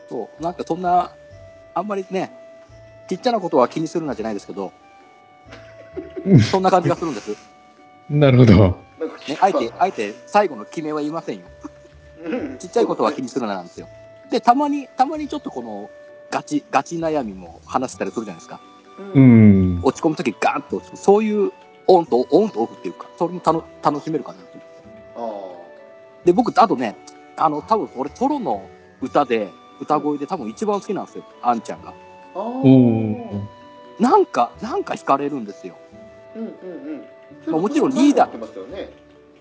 [SPEAKER 3] そう。なんかそんな、あんまりね、ちっちゃなことは気にするなじゃないですけど、そんな感じがするんです。
[SPEAKER 2] なるほど。
[SPEAKER 1] なんか聞
[SPEAKER 3] ね
[SPEAKER 1] く、
[SPEAKER 3] あ
[SPEAKER 1] か
[SPEAKER 3] えて、あえて最後の決めは言いませんよ。
[SPEAKER 1] うん
[SPEAKER 3] ちっちゃいことは気にするななんですよ。で、たまに、たまにちょっとこの、ガチ、ガチ悩みも話したりするじゃないですか。
[SPEAKER 1] う
[SPEAKER 2] うんん。
[SPEAKER 3] 落ち込むときガーンと落ち込む。そういう、オンと、オンとオフっていうか、それも楽楽しめるかなと。
[SPEAKER 1] あー
[SPEAKER 3] で、僕、あとね、あの、多分俺、ソロの歌で、歌声で多分一番好きなんですよ。あんちゃんが。
[SPEAKER 1] あお
[SPEAKER 2] おお。
[SPEAKER 3] なんか、なんか惹かれるんですよ。
[SPEAKER 1] うんうんう
[SPEAKER 3] ま
[SPEAKER 1] ん
[SPEAKER 3] あもちろんリーダー
[SPEAKER 1] そういうことになってますよね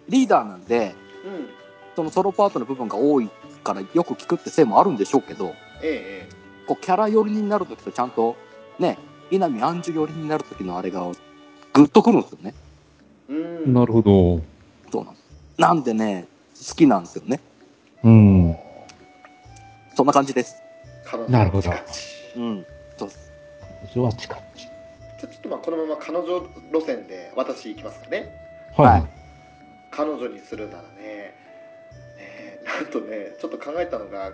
[SPEAKER 3] リーダーなんで、
[SPEAKER 1] うん
[SPEAKER 3] そのソロパートの部分が多いからよく聞くってせいもあるんでしょうけど、
[SPEAKER 1] ええ
[SPEAKER 3] こうキャラ寄りになるときとちゃんとね、稲見安寿寄りになるときのあれがグッとくるんですよね。
[SPEAKER 1] ええうん
[SPEAKER 2] なるほど。
[SPEAKER 3] そうなんです。なんでね、好きなんですよね。
[SPEAKER 2] うん。
[SPEAKER 3] そんな感じです。
[SPEAKER 1] 彼女
[SPEAKER 2] なるほど
[SPEAKER 1] チカチ
[SPEAKER 3] うん。そうです。
[SPEAKER 2] 女は近っち。
[SPEAKER 1] じゃあちょっとまあこのまま彼女路線で私行きますかね
[SPEAKER 2] は。
[SPEAKER 3] はい
[SPEAKER 1] 彼女にするならねねなんとねちょっと考えたのが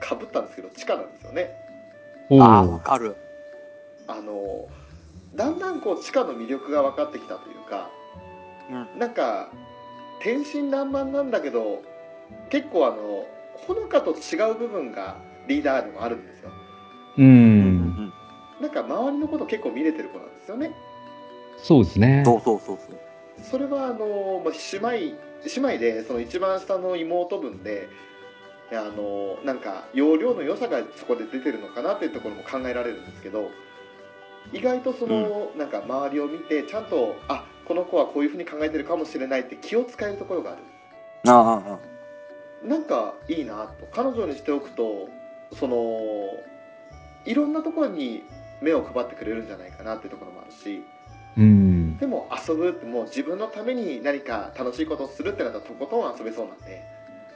[SPEAKER 1] かぶったんですけど地下なんですよね
[SPEAKER 2] お
[SPEAKER 3] ああ、わ
[SPEAKER 2] お。
[SPEAKER 3] かる。
[SPEAKER 1] あのだんだんこう地下の魅力が分かってきたというか、
[SPEAKER 3] う
[SPEAKER 1] なんか天真爛漫なんだけど結構あのほのかと違う部分がリーダーにもあるんですよ
[SPEAKER 2] う。。
[SPEAKER 3] うん
[SPEAKER 1] なんか周りのこと結構見れてる子なんですよね
[SPEAKER 2] そうですね。
[SPEAKER 3] そうそうそうそう。
[SPEAKER 1] それはあの、まあ、姉妹姉妹でその一番下の妹分でいやあのなんか容量の良さがそこで出てるのかなっていうところも考えられるんですけど意外とその、なんか周りを見てちゃんとあこの子はこういうふうに考えてるかもしれないって気を使えるところがある
[SPEAKER 3] ああああ
[SPEAKER 1] なんかいいなと彼女にしておくとそのいろんなところに目を配ってくれるんじゃないかなっていうところもあるし
[SPEAKER 2] うん。
[SPEAKER 1] でも遊ぶってもう自分のために何か楽しいことをするってなったらとことん遊べそうなんで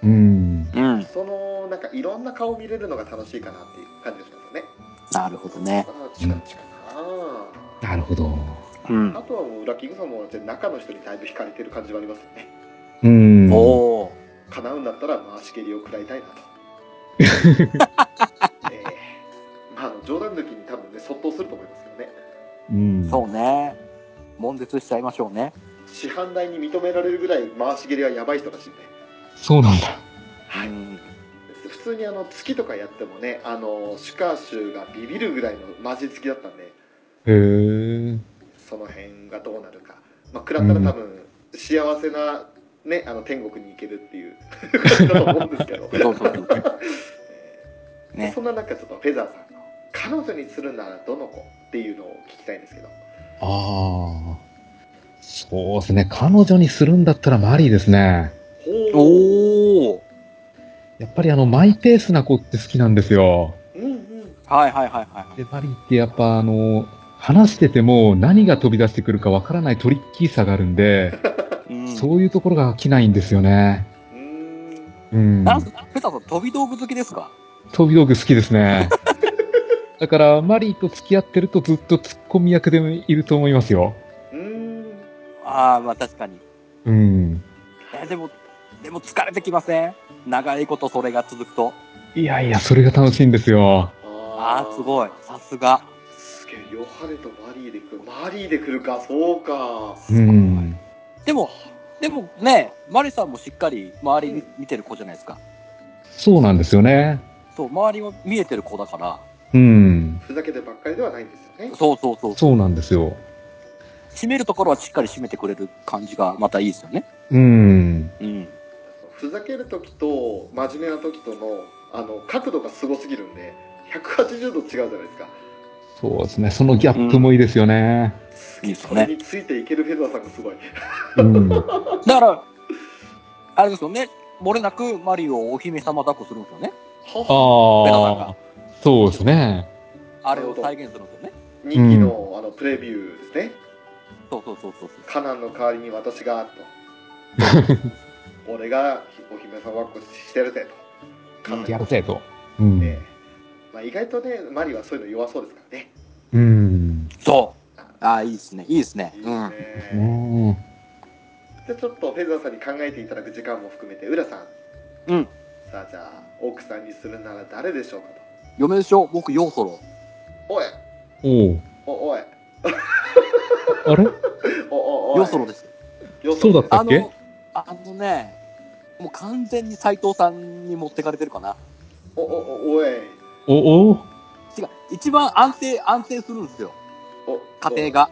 [SPEAKER 2] うん。
[SPEAKER 3] うん
[SPEAKER 1] そのなんかいろんな顔を見れるのが楽しいかなっていう感じがしますよね
[SPEAKER 3] なるほどね
[SPEAKER 1] ああ近々かな
[SPEAKER 2] なるほど。
[SPEAKER 3] うん
[SPEAKER 1] あとはもうラッキングさんも中の人にだいぶ惹かれてる感じはありますよね
[SPEAKER 2] うん。
[SPEAKER 3] おお
[SPEAKER 1] 叶うんだったら回し蹴りを食らい たいなと、ええまああの冗談抜きに多分ねそっとすると思いますけどね
[SPEAKER 2] うん。
[SPEAKER 3] そうね悶絶しちゃいましょうね
[SPEAKER 1] 師範代に認められるぐらい回し蹴りはやばい人らしいんで
[SPEAKER 2] そうなんだ。
[SPEAKER 1] はい
[SPEAKER 3] うん
[SPEAKER 1] 普通にあの月とかやってもねあのシュカーシュがビビるぐらいのマジ付きだったんで
[SPEAKER 2] へえ。
[SPEAKER 1] その辺がどうなるかまあ食らったら多分幸せなねあの天国に行けるっていう感じだと思うんですけど
[SPEAKER 3] そうそうそう
[SPEAKER 1] えー
[SPEAKER 3] ね
[SPEAKER 1] そんな中ちょっとフェザーさんの「彼女にするならどの子?」っていうのを聞きたいんですけど
[SPEAKER 2] ああ。そうですね。彼女にするんだったらマリーですね。
[SPEAKER 1] ほう
[SPEAKER 3] おお
[SPEAKER 2] やっぱりあの、マイペースな子って好きなんですよ。
[SPEAKER 1] うんうん
[SPEAKER 3] はいはいはいはい
[SPEAKER 2] で、マリーってやっぱあの、話してても何が飛び出してくるかわからないトリッキーさがあるんで、
[SPEAKER 3] うん
[SPEAKER 2] そういうところが飽きないんですよね。
[SPEAKER 1] うーん
[SPEAKER 2] うん。
[SPEAKER 3] なんすペタさん飛び道具好きですか
[SPEAKER 2] 飛び道具好きです ね。だから、マリーと付き合ってるとずっとツッコミ役でもいると思いますよ。
[SPEAKER 1] うーん
[SPEAKER 3] ああまあ確かに
[SPEAKER 2] うん。
[SPEAKER 3] えでもでも疲れてきません長いことそれが続くと
[SPEAKER 2] いやいや、それが楽しいんですよ。
[SPEAKER 3] ああすごいさすが
[SPEAKER 1] すげえヨハネとマリーで来るマリーで来るかそうか
[SPEAKER 2] うん。
[SPEAKER 3] でもでもねマリさんもしっかり周り見てる子じゃないですか
[SPEAKER 2] そうなんですよね。
[SPEAKER 3] そう周りは見えてる子だから
[SPEAKER 2] うん。
[SPEAKER 1] ふざけてばっかりではないんですよね
[SPEAKER 3] そうそうそう
[SPEAKER 2] そうなんですよ。
[SPEAKER 3] 締めるところはしっかり締めてくれる感じがまたいいですよね
[SPEAKER 2] うん。
[SPEAKER 3] うん
[SPEAKER 1] ふざける時と真面目な時とのあの角度がすごすぎるんで180度違うじゃないですか
[SPEAKER 2] そうですね。そのギャップもいいですよね。
[SPEAKER 1] す
[SPEAKER 3] い
[SPEAKER 1] げ
[SPEAKER 3] い
[SPEAKER 1] え
[SPEAKER 3] です
[SPEAKER 1] それ
[SPEAKER 3] ね
[SPEAKER 1] についていけるフェザーさんがすごい
[SPEAKER 2] うん。
[SPEAKER 3] だからあれですよね漏れなくマリをお姫様抱っこするんですよね
[SPEAKER 1] は
[SPEAKER 2] ああ。そうですね。
[SPEAKER 3] あれを再現するんですよね
[SPEAKER 1] 人気の,、あのプレビューですね
[SPEAKER 3] そうそうそうそうそう
[SPEAKER 1] カナンの代わりに私がと俺がお姫様抱っこしてるぜとカナン
[SPEAKER 2] やるぜと。うん
[SPEAKER 1] ね。まあ、意外とねマリはそういうの弱そうですからね
[SPEAKER 2] うん。
[SPEAKER 3] そうああいいですねいいですね
[SPEAKER 1] いいで
[SPEAKER 3] う
[SPEAKER 1] す
[SPEAKER 3] ん
[SPEAKER 1] ね、
[SPEAKER 2] ね
[SPEAKER 1] じゃあちょっとフェザーさんに考えていただく時間も含めて浦さん
[SPEAKER 3] うん
[SPEAKER 1] さあじゃあ奥さんにするなら誰でしょうかと
[SPEAKER 3] 嫁でしょ僕ヨーソロ
[SPEAKER 1] おい
[SPEAKER 2] おう。
[SPEAKER 1] おおい
[SPEAKER 2] あれ
[SPEAKER 1] おおおい
[SPEAKER 3] ヨーソロです
[SPEAKER 1] よそろ
[SPEAKER 2] そうだ
[SPEAKER 1] で
[SPEAKER 2] っ
[SPEAKER 3] あのあのねもう完全に斎藤さんに持ってかれてるかな
[SPEAKER 1] すおおおおい
[SPEAKER 2] おお
[SPEAKER 3] 違う一番安定安定するんですよ
[SPEAKER 1] お
[SPEAKER 3] 家庭が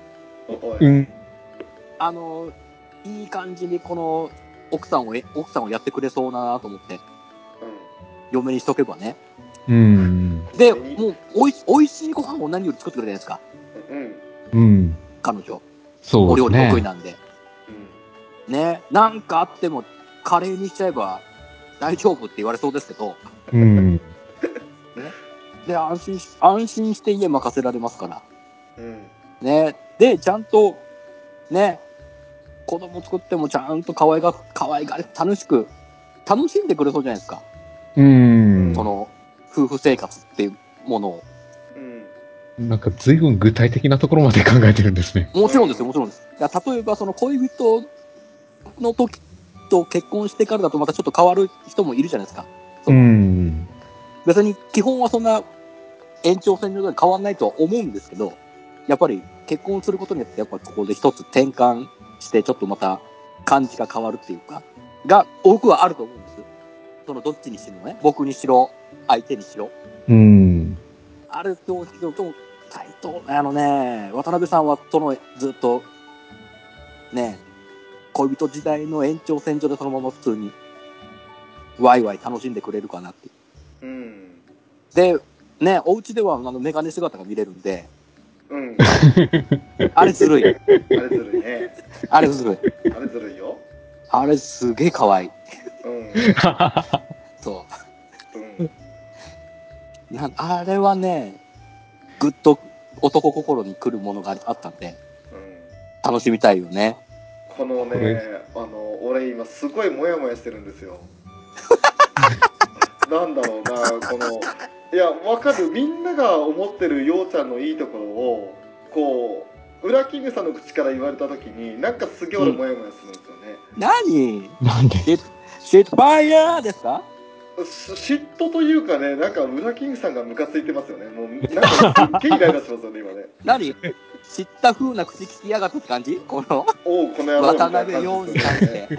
[SPEAKER 1] おお
[SPEAKER 2] う
[SPEAKER 1] い
[SPEAKER 2] ん。
[SPEAKER 3] あのいい感じにこの奥さんをえ奥さんをやってくれそうだなと思って嫁にしとけばね
[SPEAKER 2] うん。
[SPEAKER 3] でもうおいおいしいご飯を何より作ってくれるじゃないです
[SPEAKER 1] うんうん
[SPEAKER 2] うん。
[SPEAKER 3] か彼女
[SPEAKER 2] そ
[SPEAKER 3] お
[SPEAKER 2] うで
[SPEAKER 3] 料
[SPEAKER 2] す
[SPEAKER 3] 理得
[SPEAKER 2] ね。
[SPEAKER 3] 意なんでねなんかあってもカレーにしちゃえば大丈夫って言われそうですけど
[SPEAKER 2] うん。
[SPEAKER 3] で安心し安心して家任せられますから
[SPEAKER 1] うんうん
[SPEAKER 3] ね、で、ちゃんと、ね、子供作ってもちゃんと可愛が、可愛がれ、楽しく、楽しんでくれそうじゃないですか。
[SPEAKER 2] うん。
[SPEAKER 3] その、夫婦生活っていうものを。
[SPEAKER 1] うん
[SPEAKER 2] なんか随分具体的なところまで考えてるんですね。
[SPEAKER 3] もちろんですよ、もちろんです。いや例えば、その恋人の時と結婚してからだとまたちょっと変わる人もいるじゃないですか。そう
[SPEAKER 2] うん。
[SPEAKER 3] 別に基本はそんな延長線上で変わんないとは思うんですけど、やっぱり結婚することによって、やっぱここで一つ転換して、ちょっとまた感じが変わるっていうか、が、僕はあると思うんです。そのどっちにしろね、僕にしろ、相手にしろ。
[SPEAKER 2] うん。
[SPEAKER 3] あると思うんですけど、でも、斎藤、あのね、渡辺さんはそのずっと、ね、恋人時代の延長線上でそのまま普通に、ワイワイ楽しんでくれるかなっていう
[SPEAKER 1] うん
[SPEAKER 3] で、ね、お家ではあのメガネ姿が見れるんで、
[SPEAKER 1] うん。
[SPEAKER 3] あれずるい。
[SPEAKER 1] あれずるいね。
[SPEAKER 3] あれずるい。
[SPEAKER 1] あれずるいよ。
[SPEAKER 3] あれすげえ可愛い。
[SPEAKER 1] うん。
[SPEAKER 3] そ
[SPEAKER 1] うん。
[SPEAKER 3] う。なあれはね、ぐっと男心に来るものがあったんで、
[SPEAKER 1] うん
[SPEAKER 3] 楽しみたいよね。
[SPEAKER 1] この
[SPEAKER 2] こ
[SPEAKER 1] ね
[SPEAKER 2] れ、
[SPEAKER 1] あの、俺今すごいモヤモヤしてるんです よ。なんだろうな、この。いや、わかる、みんなが思ってるようちゃんのいいところを。こう、裏キングさんの口から言われた時に、なんかすげえ俺モヤモヤするんですよね。
[SPEAKER 3] 何
[SPEAKER 2] なんで
[SPEAKER 3] シェットファイヤーですか
[SPEAKER 1] し嫉妬というかね、なんか裏キングさんがムカついてますよね。もう、なんかすっげえイライラしてますよね、今ね。
[SPEAKER 3] 何知った風な口聞きやがったって感じこの
[SPEAKER 1] おう、この野郎みた
[SPEAKER 3] 渡
[SPEAKER 1] いな感じ
[SPEAKER 3] 辺陽に
[SPEAKER 1] ですよ
[SPEAKER 3] 関
[SPEAKER 1] ね
[SPEAKER 3] して。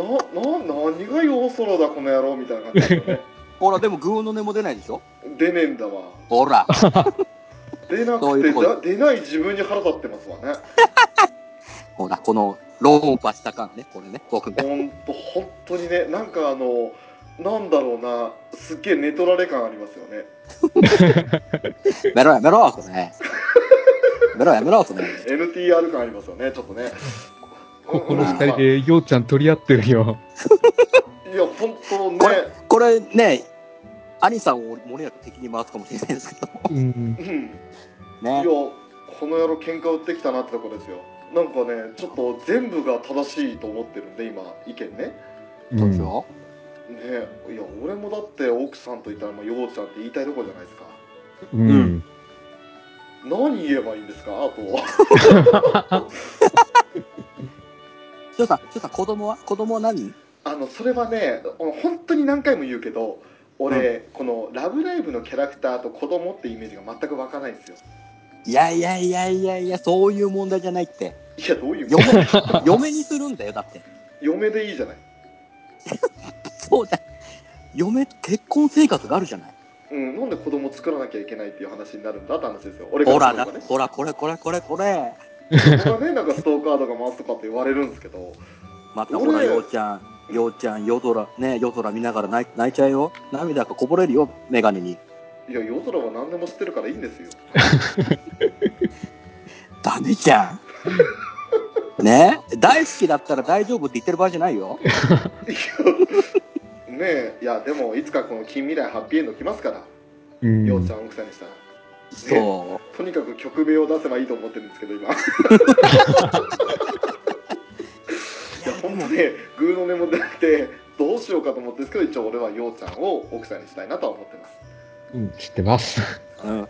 [SPEAKER 1] な、な、何が夜空だ、この野郎みたいな感じですよね。
[SPEAKER 3] ほら、でもグーの音も出ないでしょ
[SPEAKER 1] 出ねえんだわ。
[SPEAKER 3] ほら。
[SPEAKER 1] 出な
[SPEAKER 3] そ
[SPEAKER 1] く
[SPEAKER 3] うい
[SPEAKER 1] て
[SPEAKER 3] うとこ
[SPEAKER 1] だ出ない自分に腹立ってますわね。
[SPEAKER 3] ほら、この論破した感ね、これね、僕ね。
[SPEAKER 1] ほんと本当にね、なんかあのなんだろうな、すっげえ寝取られ感ありますよね。
[SPEAKER 3] やめろやめろ、それ。やめろやめろ、それ。
[SPEAKER 1] NTR 感ありますよね、ちょっとね。
[SPEAKER 2] ここの二人でようちゃん取り合ってるよ。
[SPEAKER 1] うん。いや本当ね、
[SPEAKER 3] これね、兄さんを漏れなく敵に回すかもしれないですけど。
[SPEAKER 2] うん。
[SPEAKER 1] うん。いや
[SPEAKER 3] ね。
[SPEAKER 1] この野郎喧嘩売ってきたなってとこですよ。なんかね、ちょっと全部が正しいと思ってるんで今意見ね。
[SPEAKER 3] そううんでしょ
[SPEAKER 1] ね、いや俺もだって奥さんといたらもうようちゃんって言いたいとこじゃないですか。
[SPEAKER 2] うん。
[SPEAKER 1] 何言えばいいんですかあと。
[SPEAKER 3] しょうさん、しょうさん、子供は子供は何
[SPEAKER 1] あのそれはね本当に何回も言うけど俺、この「ラブライブ!」のキャラクターと子供ってイメージが全く湧かないんですよ
[SPEAKER 3] いやいやいやいやいや、そういう問題じゃないって。
[SPEAKER 1] いやどういう
[SPEAKER 3] 嫁
[SPEAKER 1] こ と、
[SPEAKER 3] 嫁にするんだよ、だって。
[SPEAKER 1] 嫁でいいじゃない
[SPEAKER 3] そうじゃん。嫁、結婚生活があるじゃない。
[SPEAKER 1] うんなんで子供作らなきゃいけないっていう話になるんだって話ですよ俺
[SPEAKER 3] ほ
[SPEAKER 1] からす
[SPEAKER 3] ら、だ
[SPEAKER 1] ればね
[SPEAKER 3] ほら、これこれこれこれ。
[SPEAKER 1] 僕はねなんかストーカーとか回すとかって言われるんですけど
[SPEAKER 3] またほら、
[SPEAKER 1] 俺
[SPEAKER 3] ようちゃん、ようちゃん、夜空、ね、夜空見ながら泣い泣いちゃうよ。涙がこぼれるよ、メガネに。
[SPEAKER 1] いや夜空は何でも知ってるからいいんですよ
[SPEAKER 3] ダメじゃん。ね大好きだったら大丈夫って言ってる場合じゃないよ。
[SPEAKER 1] いやねえいやでもいつかこの近未来ハッピーエンド来ますから、
[SPEAKER 2] うん。
[SPEAKER 1] ようちゃん奥さんにしたら
[SPEAKER 3] そ
[SPEAKER 1] とにかく曲名を出せばいいと思ってるんですけど今いや本当ねグーの音も出なくてどうしようかと思ってるんですけど一応俺はようちゃんを奥さんにしたいなとは思ってます
[SPEAKER 2] うん知ってます。
[SPEAKER 3] う。うん。あ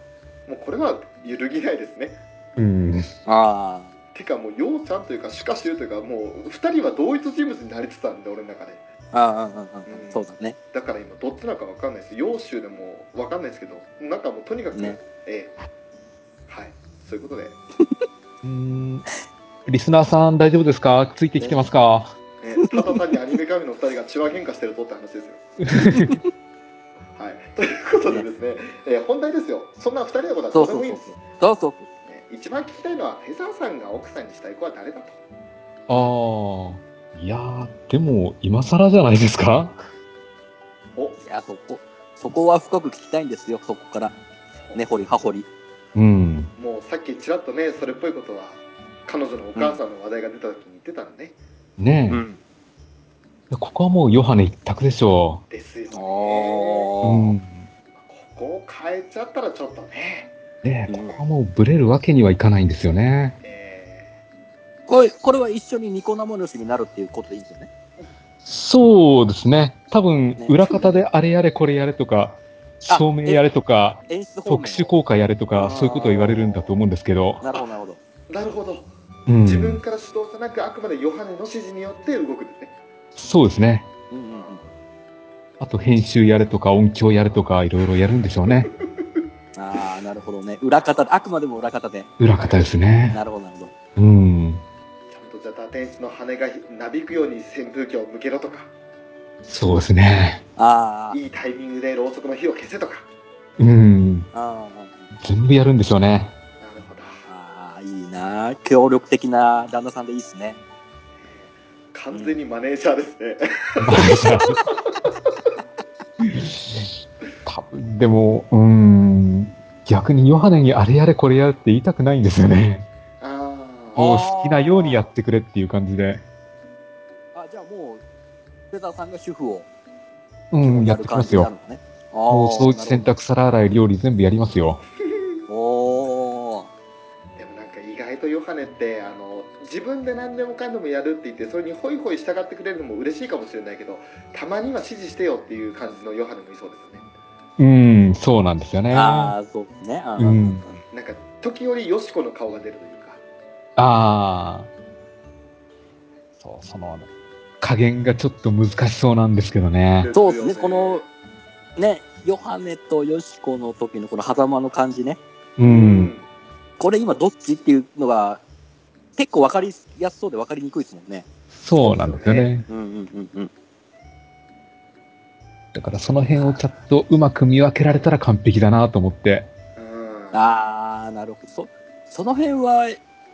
[SPEAKER 1] もうこれは揺るぎないですね
[SPEAKER 2] うん。
[SPEAKER 3] あ。
[SPEAKER 1] てかもうようちゃんというかしかしというかもう2人は同一人物になりつつあるんで俺の中で
[SPEAKER 3] ああ、うんうんう。
[SPEAKER 1] うんん
[SPEAKER 3] そうだね。
[SPEAKER 1] だから今どっちなのか分かんないですよ州でも分かんないですけどなんかもうとにかく
[SPEAKER 3] ね
[SPEAKER 1] ええはいそういうことで、ね、
[SPEAKER 2] うんリスナーさん大丈夫ですかついてきてますか
[SPEAKER 1] ただ単にアニメ神の2人が血は喧嘩してるぞって話ですよはい、ということでですね、えー本題ですよ、そんな2人のことはど
[SPEAKER 3] そう
[SPEAKER 1] うでも
[SPEAKER 3] そう
[SPEAKER 1] いいん
[SPEAKER 3] そ
[SPEAKER 1] で
[SPEAKER 3] う
[SPEAKER 1] すよ、。
[SPEAKER 3] そうそう。
[SPEAKER 1] ね一番聞きたいのは、フェザーさんが奥さんにしたい子は誰だと、
[SPEAKER 2] ああ。いやー、でも、今更じゃないですか
[SPEAKER 1] お
[SPEAKER 3] いや、そこ、そこは深く聞きたいんですよ、そこから。根掘り葉掘り。
[SPEAKER 2] うん。
[SPEAKER 1] もうさっきちらっとね、それっぽいことは、彼女のお母さんの話題が出た時に言ってたのね、
[SPEAKER 2] ねえ、
[SPEAKER 3] ん。
[SPEAKER 2] ここはもうヨハネ一択でしょ
[SPEAKER 1] ですよね、こ
[SPEAKER 2] う。
[SPEAKER 3] おー。
[SPEAKER 2] ん。
[SPEAKER 1] こを変えちゃったらちょっとね、
[SPEAKER 2] ねえ、
[SPEAKER 3] うん
[SPEAKER 2] ここはもうブレるわけにはいかないんですよね。
[SPEAKER 1] え
[SPEAKER 3] これ、これは一緒にニコ生主になるっていうことでいいんですよね。
[SPEAKER 2] そうですね。多分
[SPEAKER 3] ね、
[SPEAKER 2] 裏方であれやれこれやれとか、
[SPEAKER 3] あ
[SPEAKER 2] 照明やれとか、
[SPEAKER 3] 演出方面を
[SPEAKER 2] 特殊効果やれと
[SPEAKER 3] あー
[SPEAKER 2] か、そういうことを言われるんだと思うんですけど。
[SPEAKER 3] なるほど、なるほど。
[SPEAKER 1] ーなるほど、
[SPEAKER 2] うん。
[SPEAKER 1] 自分から主導じゃなく、あくまでヨハネの指示によって動くんですね。
[SPEAKER 2] そうですね。
[SPEAKER 3] うんうんうん。
[SPEAKER 2] あと編集やれとか、音響やれとか、いろいろやるんでしょうね。
[SPEAKER 3] ああ、なるほどね。裏方で、あくまでも裏方で。
[SPEAKER 2] 裏方ですね。
[SPEAKER 3] なるほど、なるほど。
[SPEAKER 2] うん。
[SPEAKER 1] ちゃんとじゃあ打点子の羽がなびくように扇風機を向けろとか
[SPEAKER 2] そうですね。
[SPEAKER 3] あー
[SPEAKER 1] いいタイミングでろうそくの火を消せとか
[SPEAKER 2] うん。
[SPEAKER 3] あー、
[SPEAKER 2] 全部やるんでしょうね。
[SPEAKER 1] なるほど
[SPEAKER 3] ああ、いいな。協力的な旦那さんでいいっすね。
[SPEAKER 1] 完全にマネージャーですね、
[SPEAKER 2] 多分、でも、うん。逆にヨハネにあれやれこれやれって言いたくないんですよね。
[SPEAKER 1] あ
[SPEAKER 3] あ
[SPEAKER 1] あ
[SPEAKER 2] もう好きなようにやってくれっていう感じで、
[SPEAKER 3] あ、じゃあもう、ペタさんが主婦を
[SPEAKER 2] うん、や
[SPEAKER 3] や
[SPEAKER 2] って
[SPEAKER 3] る
[SPEAKER 2] きま
[SPEAKER 3] 感
[SPEAKER 2] す
[SPEAKER 3] じにな
[SPEAKER 2] よ
[SPEAKER 3] る。のね。
[SPEAKER 2] もう
[SPEAKER 3] あー
[SPEAKER 2] 掃除、洗。濯、皿洗い、料理全部やりますよ。
[SPEAKER 3] なるほどおー。
[SPEAKER 1] でもなんか意外とヨハネってあの自分で何でもかんでもやるって言ってそれにホイホイ従ってくれるのも嬉しいかもしれないけどたまには指示してよっていう感じのヨハネもいそうですよね
[SPEAKER 2] うん、そうなんですよね。
[SPEAKER 3] ああ、そうですね。あー
[SPEAKER 2] うん
[SPEAKER 1] なんか時折よしこの顔が出るというか
[SPEAKER 2] ああ。そう、その、加減がちょっと難しそうなんですけどね。
[SPEAKER 3] そうですね
[SPEAKER 1] よ
[SPEAKER 3] このね、ヨハネとヨシコの時のこの狭間の感じね。
[SPEAKER 2] う。
[SPEAKER 1] うん
[SPEAKER 3] これ今どっちっていうのが、結構わかりやすそうでわかりにくいですもんね。
[SPEAKER 2] そうなんですよね。
[SPEAKER 3] うんうんうんうん。
[SPEAKER 2] だからその辺をちゃんとうまく見分けられたら完璧だなと思って。
[SPEAKER 1] うん
[SPEAKER 3] ああ、なるほど。そ、その辺は、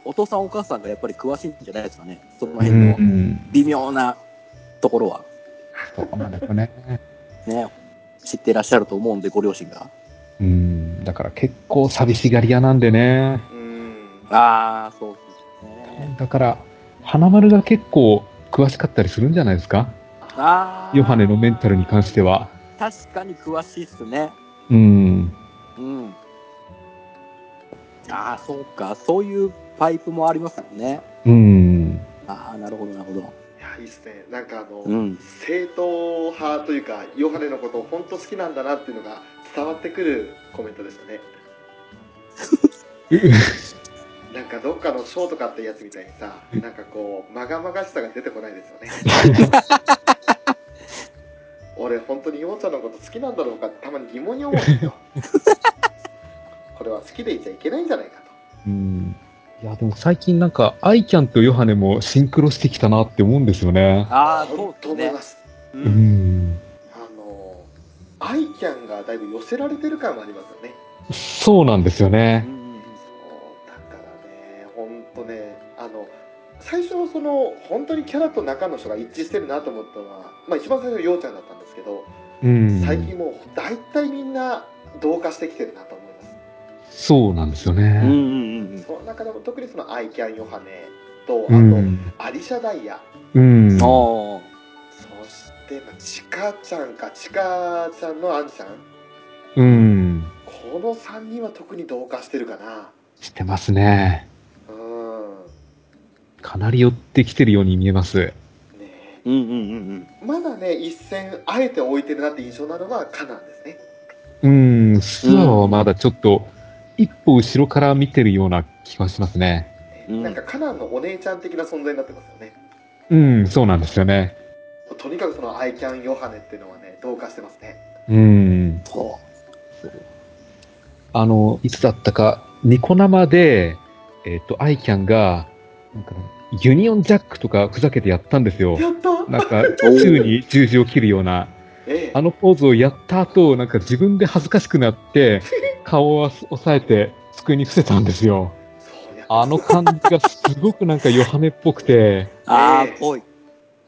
[SPEAKER 3] お父さんお母さんがやっぱり詳しいんじゃないですかね。その辺の
[SPEAKER 2] うん。
[SPEAKER 3] 微妙なところは。
[SPEAKER 2] そうなんですよね。
[SPEAKER 3] ね、知ってらっしゃると思うんで、ご両親が。
[SPEAKER 2] うん。だから結構寂しがり屋なんでね。
[SPEAKER 1] うん
[SPEAKER 3] ああ、そうですね。
[SPEAKER 2] だから、花丸が結構詳しかったりするんじゃないですか
[SPEAKER 3] あー
[SPEAKER 2] ヨハネのメンタルに関して。は。
[SPEAKER 3] 確かに詳しいっすね。
[SPEAKER 2] うん。
[SPEAKER 3] うん。ああ、そうか。そういうパイプもありますもんね。
[SPEAKER 2] うん。
[SPEAKER 3] ああ、なるほど、なるほど。
[SPEAKER 1] いやいいっすねなんかあの、
[SPEAKER 3] うん。
[SPEAKER 1] 正統派というかヨハネのことを本当好きなんだなっていうのが伝わってくるコメントでしたねなんかどっかのショーとかってやつみたいにさなんかこうまがまがしさが出てこないですよね俺本当にヨウちゃんのこと好きなんだろうかってたまに疑問に思うんですよこれは好きでいちゃいけないんじゃないか
[SPEAKER 2] うんいや、でも最近なんか、アイキャンとヨハネもシンクロしてきたなって思うんですよね。
[SPEAKER 1] と
[SPEAKER 3] ああ、そう
[SPEAKER 1] 本
[SPEAKER 3] で
[SPEAKER 1] 当
[SPEAKER 3] す
[SPEAKER 1] 思い
[SPEAKER 3] ね
[SPEAKER 1] ま。す、
[SPEAKER 3] う、
[SPEAKER 2] うんん。
[SPEAKER 1] あのアイキャンがだいぶ寄せられてる感はありますよね
[SPEAKER 2] そうなんですよ
[SPEAKER 3] う
[SPEAKER 2] ね。
[SPEAKER 3] ん
[SPEAKER 1] そうだからね、本当ね、あの最初その本当にキャラと中の人が一致してるなと思ったのは、まあ一番最初ようちゃんだったんですけど、
[SPEAKER 2] うん。
[SPEAKER 1] 最近もう大体みんな同化してきてるなと思います。
[SPEAKER 2] そうなんですよ
[SPEAKER 3] うん
[SPEAKER 2] ね。
[SPEAKER 3] うん
[SPEAKER 1] その中でも特にそのアイキャンヨハネとあと、
[SPEAKER 2] うん。
[SPEAKER 1] アリシャダイヤ、
[SPEAKER 2] うん
[SPEAKER 3] うん。。おー
[SPEAKER 1] そしてまあチカちゃんかチカちゃんのアンさん、
[SPEAKER 2] うん。
[SPEAKER 1] この三人は特に同化してるかな。
[SPEAKER 2] してますね。
[SPEAKER 1] うん。
[SPEAKER 2] かなり寄ってきてるように見えます。
[SPEAKER 1] ねえ
[SPEAKER 3] うんうんうん
[SPEAKER 1] まだね、一戦あえて置いてるなって印象なのがカナンですね。
[SPEAKER 2] うん。スワはまだちょっと、一歩後ろから見てるような気がしますね。
[SPEAKER 3] うん
[SPEAKER 1] なんかカナンのお姉ちゃん的な存在になってますよね。
[SPEAKER 2] うん、そうなんですよね。
[SPEAKER 1] とにかくそのアイキャンヨハネっていうのはね、同化してますね。
[SPEAKER 2] うん。
[SPEAKER 3] そ
[SPEAKER 2] あの、いつだったか、ニコ生で、えっ、と、アイキャンが、なんか、ユニオンジャックとかふざけてやったんですよ。
[SPEAKER 1] やった
[SPEAKER 2] なんか、宙に十字を切るような、
[SPEAKER 1] ええ
[SPEAKER 2] あのポーズをやった後、なんか自分で恥ずかしくな って、顔を押さえて、机に伏せたんですよ。
[SPEAKER 1] そうやった
[SPEAKER 2] あの感じがすごくなんかヨハネっぽくて、
[SPEAKER 3] う。ああ
[SPEAKER 1] ええ、
[SPEAKER 3] ぽい。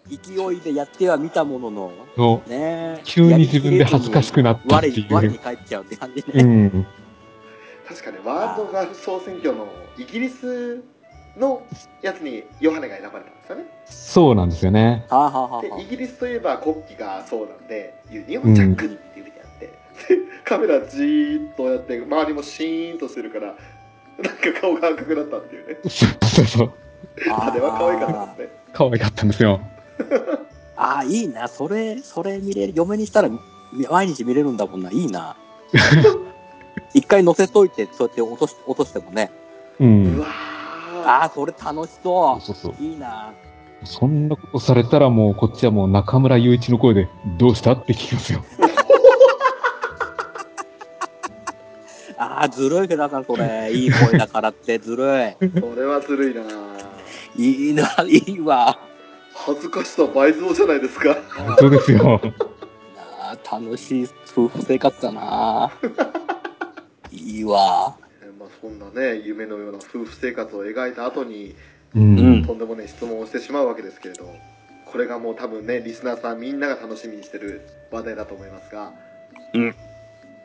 [SPEAKER 3] 勢いでやっては見たものの、
[SPEAKER 2] の
[SPEAKER 3] ねえ
[SPEAKER 2] 急に自分で恥ずかしくなったっ
[SPEAKER 3] 我
[SPEAKER 2] て
[SPEAKER 3] に我
[SPEAKER 2] い
[SPEAKER 3] に
[SPEAKER 2] う。
[SPEAKER 3] 返っちゃうって感じ
[SPEAKER 2] う
[SPEAKER 3] ね。
[SPEAKER 2] ん。
[SPEAKER 1] 確かね、ワールドガール総選挙のイギリスのやつにヨハネが選ばれたんですよね。
[SPEAKER 2] そうなんですよね。
[SPEAKER 3] はあはあはあは
[SPEAKER 1] で、イギリスといえば国旗がそうなんで、ユニオンジャックっていうふうにやって、でカメラじーっとやって、周りもシーンとしてるから、なんか顔が赤くなったっていうね。
[SPEAKER 2] そうそうそう。
[SPEAKER 3] あ。
[SPEAKER 1] あれは可愛かった
[SPEAKER 3] ね。
[SPEAKER 1] ですね。
[SPEAKER 2] 可愛かったんですよ。
[SPEAKER 3] ああ、いいな。それ、それ見れる。嫁にしたら、み毎日見れるんだもんな。いい な。一回乗せといて、そうやって落とし落としてもね。
[SPEAKER 2] う。
[SPEAKER 1] うんわ
[SPEAKER 3] ああ、それ楽しそ
[SPEAKER 2] そうそう。
[SPEAKER 3] う。いいな。
[SPEAKER 2] そんなことされたらもうこっちはもう中村雄一の声で、どうしたって聞きますよ。
[SPEAKER 3] ああ、ずるいけど、だからそれ。いい声だから って、ずるい。
[SPEAKER 1] ー、これはずるいな。
[SPEAKER 3] いいな、いいわ。
[SPEAKER 1] 恥ずかしさ倍増じゃないですか。
[SPEAKER 2] 本当ですよ。
[SPEAKER 3] なあ楽しい夫婦生活 だな。いいわ。
[SPEAKER 1] えーまあ、そんなね、夢のような夫婦生活を描いた後に、
[SPEAKER 2] う
[SPEAKER 3] うん
[SPEAKER 2] ん。
[SPEAKER 1] とんでもねい質問をしてしまうわけですけれど、これがもう多分ね、リスナーさんみんなが楽しみにしてる話題だと思いますが、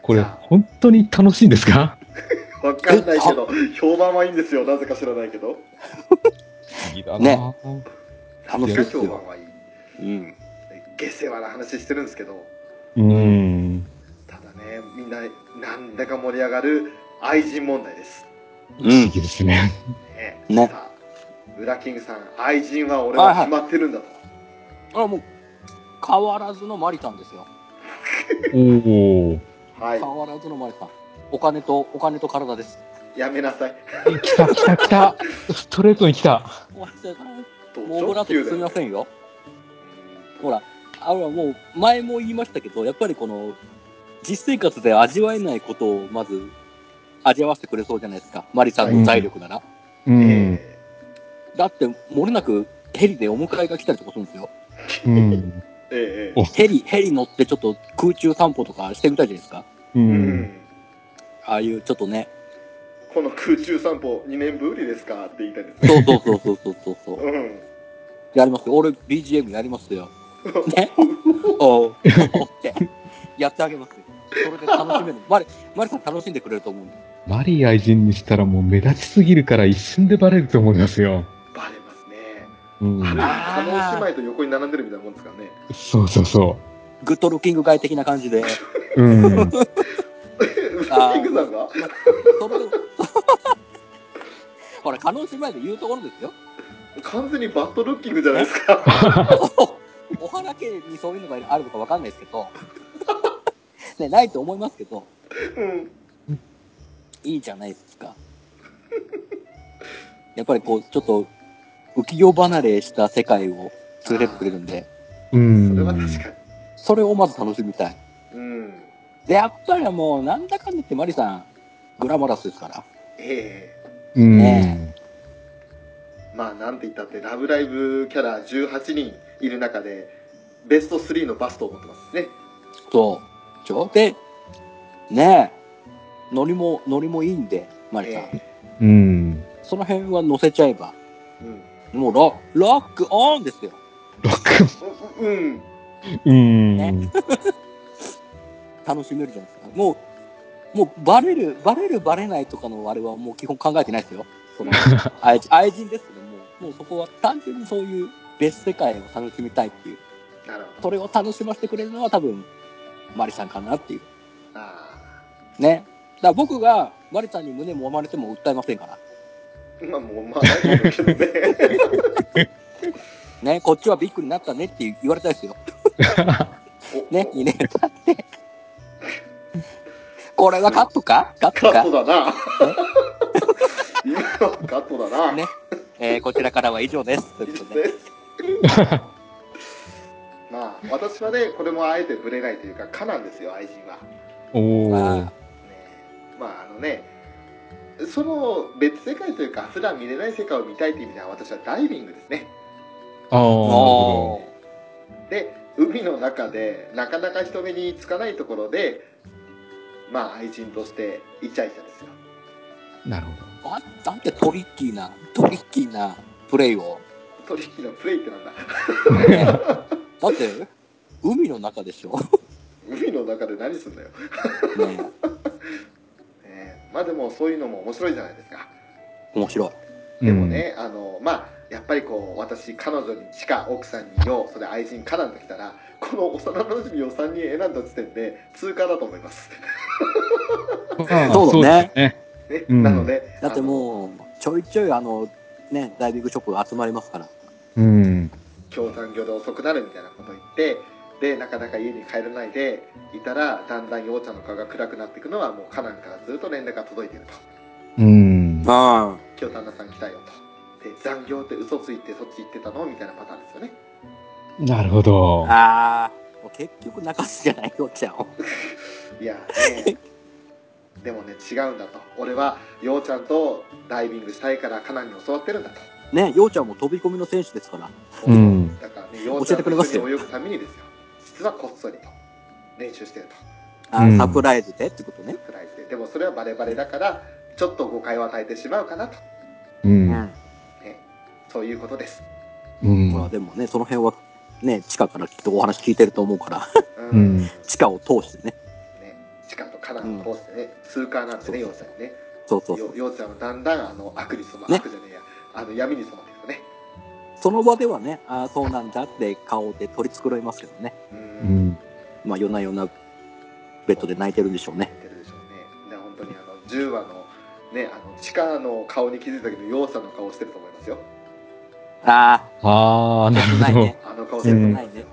[SPEAKER 2] これ、本当に楽しいんですか
[SPEAKER 1] かんないけど、評判はいいんですよ、なぜか知らないけど。
[SPEAKER 2] いいだな、
[SPEAKER 3] ね
[SPEAKER 1] な
[SPEAKER 3] 楽し
[SPEAKER 1] ぜ
[SPEAKER 3] いで
[SPEAKER 1] か
[SPEAKER 3] す
[SPEAKER 1] 評
[SPEAKER 3] よ
[SPEAKER 1] 判。はいい。
[SPEAKER 3] うん。
[SPEAKER 1] 下世話な話してるんですけど、
[SPEAKER 2] うん。
[SPEAKER 1] ただね、みんな、なんだか盛り上がる愛人問題です。
[SPEAKER 2] 不思議ですね。
[SPEAKER 1] ね。
[SPEAKER 3] ね
[SPEAKER 1] さあ、ウラキングさん、愛人は俺は決まってるんだと。
[SPEAKER 3] あもう、変わらずのマリさんですよ。
[SPEAKER 2] おお。
[SPEAKER 1] はい、
[SPEAKER 3] 変わらずのマリさん。お金と、お金と体です。
[SPEAKER 1] やめなさい。
[SPEAKER 2] 来た来た来た。ストレートに来た。
[SPEAKER 3] もう
[SPEAKER 1] と
[SPEAKER 3] この後すみませんよ。ほら、あのもう、前も言いましたけど、やっぱりこの、実生活で味わえないことをまず、味わわせてくれそうじゃないですか。マリさんの財力なら。
[SPEAKER 2] う
[SPEAKER 1] うん
[SPEAKER 2] ん。
[SPEAKER 1] え
[SPEAKER 3] だって、もれなく、ヘリでお迎えが来たりとかするんですよ。
[SPEAKER 2] うん。
[SPEAKER 1] ーえーえ
[SPEAKER 2] お
[SPEAKER 1] ー
[SPEAKER 3] ヘリ、ヘリ乗ってちょっと空中散歩とかしてみたいじゃないですか。
[SPEAKER 2] う。
[SPEAKER 1] うんん
[SPEAKER 3] ああいうちょっとね。
[SPEAKER 1] この空中散歩2年ぶりですかって言いたいですね。
[SPEAKER 3] そうそうそうそうそうそうそう。
[SPEAKER 1] うん。
[SPEAKER 3] やりますよ。俺 BGM やりますよ。ね。おうおうって。やってあげますよ。それで楽しめる。マリ、マリさん楽しんでくれると思うんで。
[SPEAKER 2] マリー愛人にしたらもう目立ちすぎるから一瞬でバレると思いますよ。
[SPEAKER 1] バレますね。
[SPEAKER 2] うん。
[SPEAKER 1] あ
[SPEAKER 3] あー
[SPEAKER 1] ら、叶姉妹と横に並んでるみたいなもんですからね。
[SPEAKER 2] そうそうそ
[SPEAKER 3] グッドルッキング外的な感じで。
[SPEAKER 2] う。うん。
[SPEAKER 1] ウラキングさんが
[SPEAKER 3] それで、ほら、可能姉妹で言うところですよ。
[SPEAKER 1] 完全にバッドルッキングじゃないですか。
[SPEAKER 3] お花家にそういうのがあるのかわかんないですけど。ね、ないと思いますけど、
[SPEAKER 1] うん。
[SPEAKER 3] いいじゃないですか。やっぱりこう、ちょっと、浮世離れした世界を連れてってくれるんで、
[SPEAKER 2] う
[SPEAKER 1] それは
[SPEAKER 2] ん。
[SPEAKER 1] 確か
[SPEAKER 3] それをまず楽しみたい。
[SPEAKER 1] に。うん。
[SPEAKER 3] で、やっぱりもう、なんだかんだ言ってマリさん、グラマラスですから。
[SPEAKER 1] ええ
[SPEAKER 2] うん。
[SPEAKER 1] まあ、なんて言ったって、ラブライブキャラ18人いる中で、ベスト3のバストを持ってますね。
[SPEAKER 3] そう。ちょで、ねえ、ノリも、ノリもいいんで、マリさん。
[SPEAKER 1] え
[SPEAKER 2] うん。
[SPEAKER 3] その辺は乗せちゃえば、
[SPEAKER 1] えうん。
[SPEAKER 3] もうロロックオンですよ。
[SPEAKER 2] ロッ
[SPEAKER 1] ううん。
[SPEAKER 2] ク。うん。
[SPEAKER 3] 楽しめるじゃないですか。もう、もうバレる、バレる、バレないとかのあれはもう基本考えてないですよ。その愛人愛人ですけども、もうそこは単純にそういう別世界を楽しみたいっていう、
[SPEAKER 1] なるほ
[SPEAKER 3] そ
[SPEAKER 1] ど。
[SPEAKER 3] れを楽しませてくれるのは多分、マリさんかなっていう。
[SPEAKER 1] あ
[SPEAKER 3] ね。だから僕がマリさんに胸もまれても訴えませんから。
[SPEAKER 1] あ。まあ、もう、まあ、ないと思うけどね。
[SPEAKER 3] ね、こっちはビッグになったねって言われたいですよ。
[SPEAKER 1] お
[SPEAKER 3] ね、2年経って。これはカットかカッ
[SPEAKER 1] カ
[SPEAKER 3] ト
[SPEAKER 1] ッ
[SPEAKER 3] か
[SPEAKER 1] トだな。今のカットだな。
[SPEAKER 3] ね。えーこちらからは以上です。ということで。
[SPEAKER 1] まあ、私はね、これもあえてぶれないというか、かなんですよ、愛人は。
[SPEAKER 2] おお
[SPEAKER 3] あ。
[SPEAKER 1] ねまああのねその別世界というか普段見れない世界を見たいという意味では私はダイビングですね
[SPEAKER 2] ああ
[SPEAKER 3] お。
[SPEAKER 1] で海の中でなかなか人目につかないところでまあ愛人としてイチャイチャですよ
[SPEAKER 2] なるほど。
[SPEAKER 3] あなんてトリッキーな、トリッキーなプレイを。
[SPEAKER 1] 取引のプレイってなんだ
[SPEAKER 3] ねだって、海の中でしょ。
[SPEAKER 1] 海の中で何すんだよ、ね
[SPEAKER 3] ね
[SPEAKER 1] えまあでもそういうのも面白いじゃないですか
[SPEAKER 3] 面白い。
[SPEAKER 1] でも。ね、あのまあやっぱりこう私彼女にしか奥さんによそれ愛人かなんときたらこの幼なじみを3人選んだ時点で通過だと思います
[SPEAKER 3] そうだね
[SPEAKER 2] そうですね。
[SPEAKER 1] ね、
[SPEAKER 2] うん
[SPEAKER 1] なので
[SPEAKER 3] だってもう、ちょいちょいあの、ね、ダイビングショップが集まりますから。
[SPEAKER 2] うん。
[SPEAKER 1] あの共産業で遅くなるみたいなこと言ってでなかなか家に帰らないでいたらだんだん陽ちゃんの顔が暗くなっていくのはもうカナンからずっと連絡が届いていると
[SPEAKER 2] うん。
[SPEAKER 3] あ
[SPEAKER 1] 「今日旦那さん来たよ」と。で残業って嘘ついてそっち行ってたのみたいなパターンですよね
[SPEAKER 2] なるほど。
[SPEAKER 3] あー。もう結局泣かすじゃないよ、ちゃんを。
[SPEAKER 1] いやねでもね違うんだと俺は陽ちゃんとダイビングしたいからカナンに教わってるんだと、
[SPEAKER 3] ね、ようちゃんも飛び込みの選手ですから。
[SPEAKER 2] うん
[SPEAKER 1] だからね陽ちゃんと一緒に泳ぐためにですよ実はこっそりと練習してると
[SPEAKER 3] あ
[SPEAKER 2] うん
[SPEAKER 3] サプライズでってことね。
[SPEAKER 1] プライズででもそれはバレバレだからちょっと誤解を与えてしまうかなと、
[SPEAKER 2] う。
[SPEAKER 3] うんん。
[SPEAKER 1] ね、そういうことです、
[SPEAKER 2] うん。
[SPEAKER 3] まあでもね、その辺は、ね、地下からきっとお話聞いてると思うから、
[SPEAKER 1] うん
[SPEAKER 2] うん。
[SPEAKER 3] 地下を通してね。
[SPEAKER 1] ね、しかとカナンを通してね、通過なんてね
[SPEAKER 3] そう
[SPEAKER 1] 要するにね
[SPEAKER 3] そうそうそう。
[SPEAKER 1] よようちゃんはだんだんあの悪に染ま、
[SPEAKER 3] ね
[SPEAKER 1] 悪じゃねえやあの闇に染まっていくね
[SPEAKER 3] その場ではね、ああ、そうなんだって顔で取り繕いますけどね。
[SPEAKER 1] う
[SPEAKER 2] うんん。
[SPEAKER 3] まあ、夜な夜なベッドで泣いてるんでしょうね。
[SPEAKER 1] 出るでしょうねで本当にあの10話のねあの地下の顔に気づいたけどようさんの顔してると思いますよ
[SPEAKER 3] あ
[SPEAKER 2] ああ、
[SPEAKER 3] あ、
[SPEAKER 2] な
[SPEAKER 3] よく
[SPEAKER 2] る
[SPEAKER 3] ない
[SPEAKER 2] ほど
[SPEAKER 3] ね。。
[SPEAKER 1] あの顔してると思いますよ、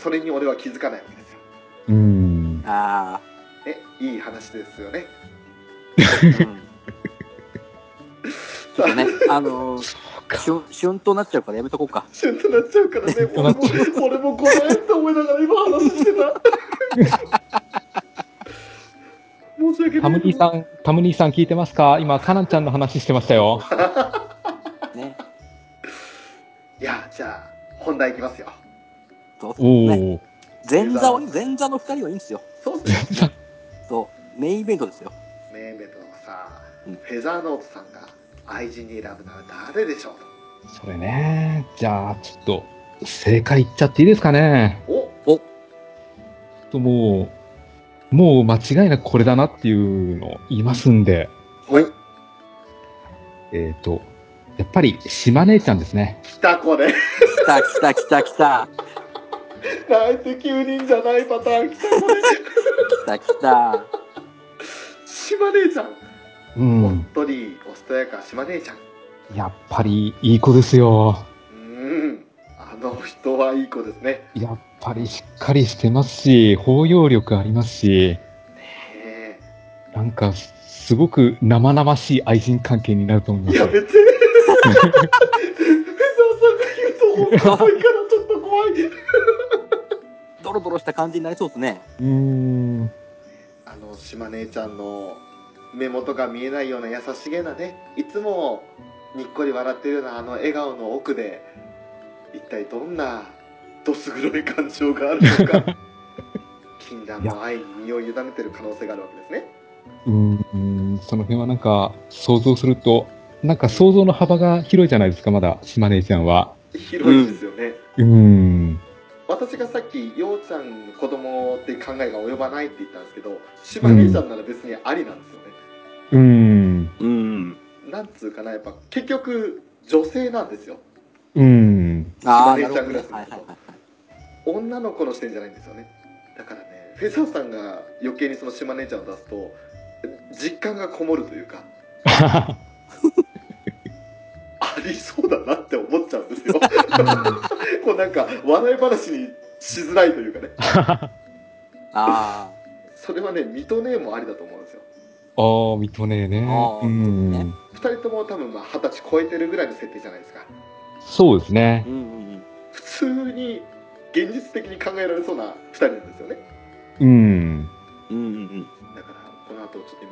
[SPEAKER 1] それに俺は気づかないわけですよ
[SPEAKER 2] うん。
[SPEAKER 3] あ
[SPEAKER 1] えいい話ですよね
[SPEAKER 3] あ、うん。
[SPEAKER 1] さあ
[SPEAKER 3] ね、あのー、
[SPEAKER 2] そうか。
[SPEAKER 3] しゅん、しゅんとなっちゃうからやめとこうか。
[SPEAKER 1] 旬となっちゃうからね
[SPEAKER 2] と
[SPEAKER 1] 俺
[SPEAKER 2] なっ
[SPEAKER 1] も俺もごめんって思いながら今話してた 申し訳ない
[SPEAKER 2] タム兄さん、タム兄さん聞いてますか今、カナンちゃんの話してましたよ。
[SPEAKER 3] ね。
[SPEAKER 1] いやじゃあ本題いきますよ
[SPEAKER 3] そうそう
[SPEAKER 2] おお、
[SPEAKER 3] ね。前座は、前座の二人はいいんですよ。
[SPEAKER 1] そうっすよ
[SPEAKER 3] そう。メインイベントですよ。
[SPEAKER 1] メーベトのさ、
[SPEAKER 3] うん
[SPEAKER 1] フェザーノートさんが愛人に選ぶのは誰でしょう
[SPEAKER 2] それね。じゃあ、ちょっと、正解言っちゃっていいですかね。
[SPEAKER 1] とお
[SPEAKER 3] お、
[SPEAKER 2] ちょっともう、もう間違いなくこれだなっていうのを言いますんで、
[SPEAKER 1] はい
[SPEAKER 2] えっ、と、やっぱり、島姉ちゃんですね。
[SPEAKER 1] 来たこれ
[SPEAKER 3] 来た来た来た来た。
[SPEAKER 1] なんて9人じゃないパターン来たこれ
[SPEAKER 3] 来た来た。
[SPEAKER 1] 島姉ちゃん、
[SPEAKER 2] う
[SPEAKER 1] お
[SPEAKER 2] ん
[SPEAKER 1] っ。とりおしとやか島姉ちゃん
[SPEAKER 2] やっぱり、いい子ですよ。
[SPEAKER 1] うんあの人はいい子ですね
[SPEAKER 2] やっぱりしっかりしてますし、包容力ありますし、
[SPEAKER 1] ね
[SPEAKER 2] なんか、すごく生々しい愛人関係になると思いま
[SPEAKER 1] え
[SPEAKER 2] す
[SPEAKER 1] や
[SPEAKER 2] よ。
[SPEAKER 1] めてフェザーさんが言うと本当に怖いからちょっと怖い
[SPEAKER 3] ドロドロした感じになりそうですね。
[SPEAKER 2] うーん。
[SPEAKER 1] あの島姉ちゃんの目元が見えないような優しげなねいつもにっこり笑ってるようなあの笑顔の奥で一体どんなどす黒い感情があるのか 禁断の愛に身を委ねてる可能性があるわけですね
[SPEAKER 2] うーん、その辺はなんか、想像すると、なんか想像の幅が広いじゃないですか、まだ、島根ちゃんは。
[SPEAKER 1] 広いですよね、
[SPEAKER 2] うーん。
[SPEAKER 1] 私がさっきようちゃん子供って考えが及ばないって言ったんですけど島姉ちゃんなら別にありなんですよね、
[SPEAKER 2] うーん。
[SPEAKER 3] うん。
[SPEAKER 1] なんつうかなやっぱ結局女性なんですよ
[SPEAKER 2] うーん。
[SPEAKER 3] ああ、
[SPEAKER 1] 一
[SPEAKER 3] な
[SPEAKER 1] 番
[SPEAKER 3] る
[SPEAKER 1] 連絡が
[SPEAKER 3] ほど、ね
[SPEAKER 1] す。る
[SPEAKER 3] はいはいはい。
[SPEAKER 1] 女の子の視点じゃないんですよねだからねフェザーさんが余計にその島姉ちゃんを出すと実感がこもるというかありそうだなって思っちゃうんですよ こうなんか笑い話にしづらいというかね
[SPEAKER 3] あ
[SPEAKER 1] それはね水戸姉もありだと思うんですよ
[SPEAKER 2] ああ、見とねえね。
[SPEAKER 3] あ
[SPEAKER 2] うー
[SPEAKER 3] ー
[SPEAKER 2] ん、
[SPEAKER 3] ね
[SPEAKER 1] 2人とも多分まあ二十歳超えてるぐらいの設定じゃないですか
[SPEAKER 2] そうです
[SPEAKER 3] あ。
[SPEAKER 2] ね
[SPEAKER 3] う。んうんうん。
[SPEAKER 1] 普通に現実的に考えられそうな2人なんですよね
[SPEAKER 2] うん。
[SPEAKER 3] うんうんうん。
[SPEAKER 1] だからこの後ちょっと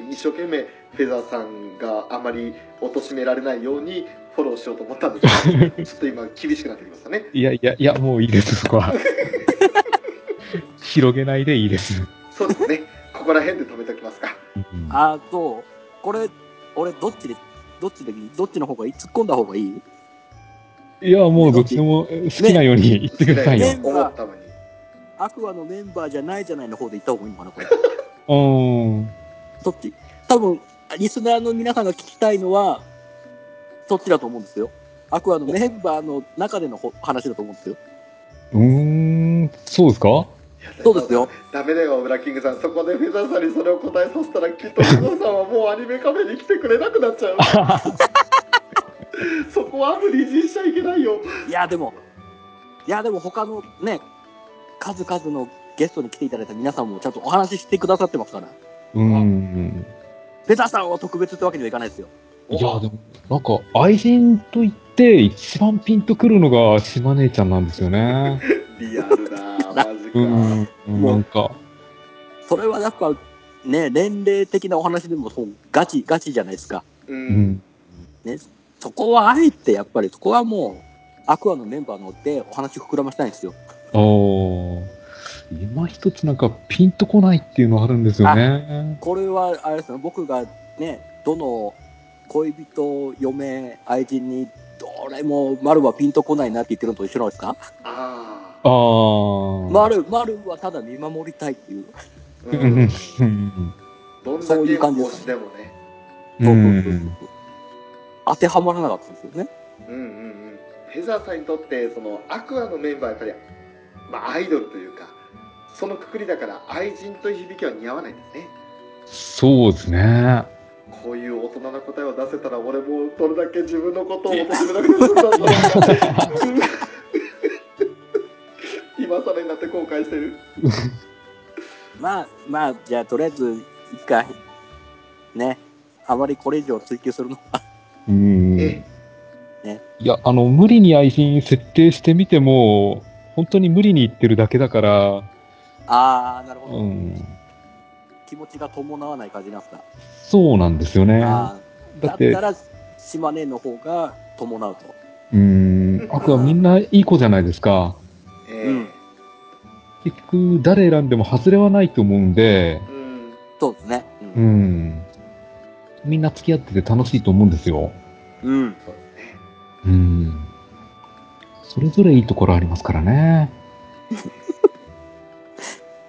[SPEAKER 1] 今一生懸命フェザーさんがあまり貶められないようにフォローしようと思ったんです けどちょっと今厳しくなってきましたね
[SPEAKER 2] いやいや、いや、もういいです、そこは。 広げないでいいです。
[SPEAKER 1] そうですねここら辺で止めておきますか
[SPEAKER 2] うん
[SPEAKER 3] ああ、そう。これ、俺、どっちで、どっちで、どっちの方がいい突っ込んだ方がいい
[SPEAKER 2] いや、もうどっちでもえ好きなように言ってくださいよ。
[SPEAKER 3] ね
[SPEAKER 1] 思ったのに
[SPEAKER 3] アクアのメンバーじゃないじゃないの方で行った方がいいのかな、 これ。
[SPEAKER 2] うーん。
[SPEAKER 3] どっち多分、リスナーの皆さんが聞きたいのは、そっちだと思うんですよ。アクアのメンバーの中でのほ話だと思うんですよ。
[SPEAKER 2] うーん、そうですか
[SPEAKER 1] いや
[SPEAKER 3] そうですよ
[SPEAKER 1] ダメだよブラッキングさんそこでフェザーさんにそれを答えさせたらきっとフェザーさんはもうアニメカフェに来てくれなくなっちゃうそこは無理強いしちゃいけないよ
[SPEAKER 3] いや、でも、いや、でも他のね、数々のゲストに来ていただいた皆さんもちゃんとお話ししてくださってますから、
[SPEAKER 2] うーん。
[SPEAKER 3] ベタさんは特別ってわけにはいかないですよ。
[SPEAKER 2] いや、でも、なんか、愛人と言って、一番ピンとくるのが、島姉ちゃんなんですよ ね。
[SPEAKER 1] リアルだマジか、
[SPEAKER 2] うん。なんか、
[SPEAKER 3] それはやっぱ、ね、年齢的なお話でもそうガチ、ガチじゃないですか。
[SPEAKER 1] う
[SPEAKER 2] うんん。
[SPEAKER 3] そこはあえて、やっぱり、そこはもう、アクアのメンバーのでお話膨らませたいんですよ。
[SPEAKER 2] あー今一つなんか、ピンとこないっていうのはあるんですよね。
[SPEAKER 3] これはあれですね僕がねどの恋人嫁愛人にどれも丸はピンとこないなって言ってるのと一緒なんですか、
[SPEAKER 1] あ
[SPEAKER 2] あ
[SPEAKER 1] あ
[SPEAKER 2] あ。
[SPEAKER 3] 丸丸はただ見守りたいっていう
[SPEAKER 1] う
[SPEAKER 2] うん
[SPEAKER 1] ん。どんだけ
[SPEAKER 3] そういう感じで
[SPEAKER 1] 推
[SPEAKER 3] す
[SPEAKER 1] しでもね
[SPEAKER 2] う
[SPEAKER 3] そうそ
[SPEAKER 2] ん
[SPEAKER 3] うそうそう当てはまらなかったんですよね。
[SPEAKER 1] うんうんうんヘザーさんにとってそのアクアのメンバーはやっぱり、まあ、アイドルというかそのくくりだから愛人という響きは似合わないんですね
[SPEAKER 2] そうですね。
[SPEAKER 1] こういう大人な答えを出せたら俺もどれだけ自分のことを貶めなくて済んだんだろうな今更になって後悔してる
[SPEAKER 3] まあまあじゃあとりあえず一回ねあまりこれ以上追求するのは
[SPEAKER 2] うん。
[SPEAKER 1] え
[SPEAKER 2] いや、あの、無理に愛人設定してみても、本当に無理に言ってるだけだから、
[SPEAKER 3] ああなるほど、
[SPEAKER 2] うん。
[SPEAKER 3] 気持ちが伴わない感じなんですか、
[SPEAKER 2] そうなんですよね。
[SPEAKER 3] あー
[SPEAKER 2] だ
[SPEAKER 3] だ
[SPEAKER 2] っ
[SPEAKER 3] ってたら島根の方が伴うと
[SPEAKER 2] うん。アクアみんないい子じゃないですか。
[SPEAKER 1] ええ
[SPEAKER 2] 結局、誰選んでも外れはないと思うんで、
[SPEAKER 1] うん
[SPEAKER 3] そうですねう、
[SPEAKER 2] うんん。みんな付き合ってて楽しいと思うんですよ。
[SPEAKER 3] うん、
[SPEAKER 1] そうですね
[SPEAKER 2] うん。それぞれいいところありますからね。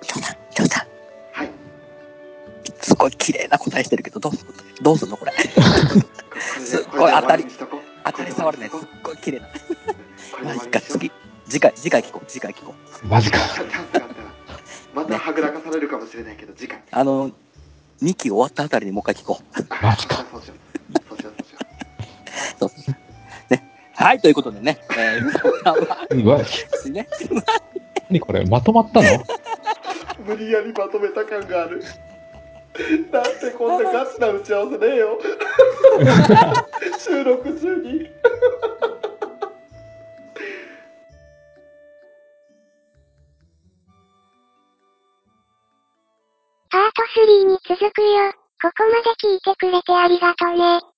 [SPEAKER 3] きょうさんきょうさん
[SPEAKER 1] はい
[SPEAKER 3] すごい綺麗な答えしてるけどどうするどうすんのこれすっごい当たり当たり障りないすっごい綺麗なまあいいか次次回次回聞こう次回聞こう
[SPEAKER 2] マ ジか。
[SPEAKER 1] チャンスがあったらまたはぐらかされるかもしれないけど次回
[SPEAKER 3] あの2期終わったあたりにもう一回聞こう
[SPEAKER 2] マジか
[SPEAKER 1] そうしようそうしようそうしよ
[SPEAKER 3] そうですねねはいということでね、えー、 みそさんは
[SPEAKER 2] うわ、
[SPEAKER 3] ね
[SPEAKER 2] 何これまとまったの
[SPEAKER 1] う無理やりまとめた感があるだってこんなガチな打ち合わせねえ よ収録中に
[SPEAKER 4] パート3に続くよ。ここまで聞いてくれてありがとね。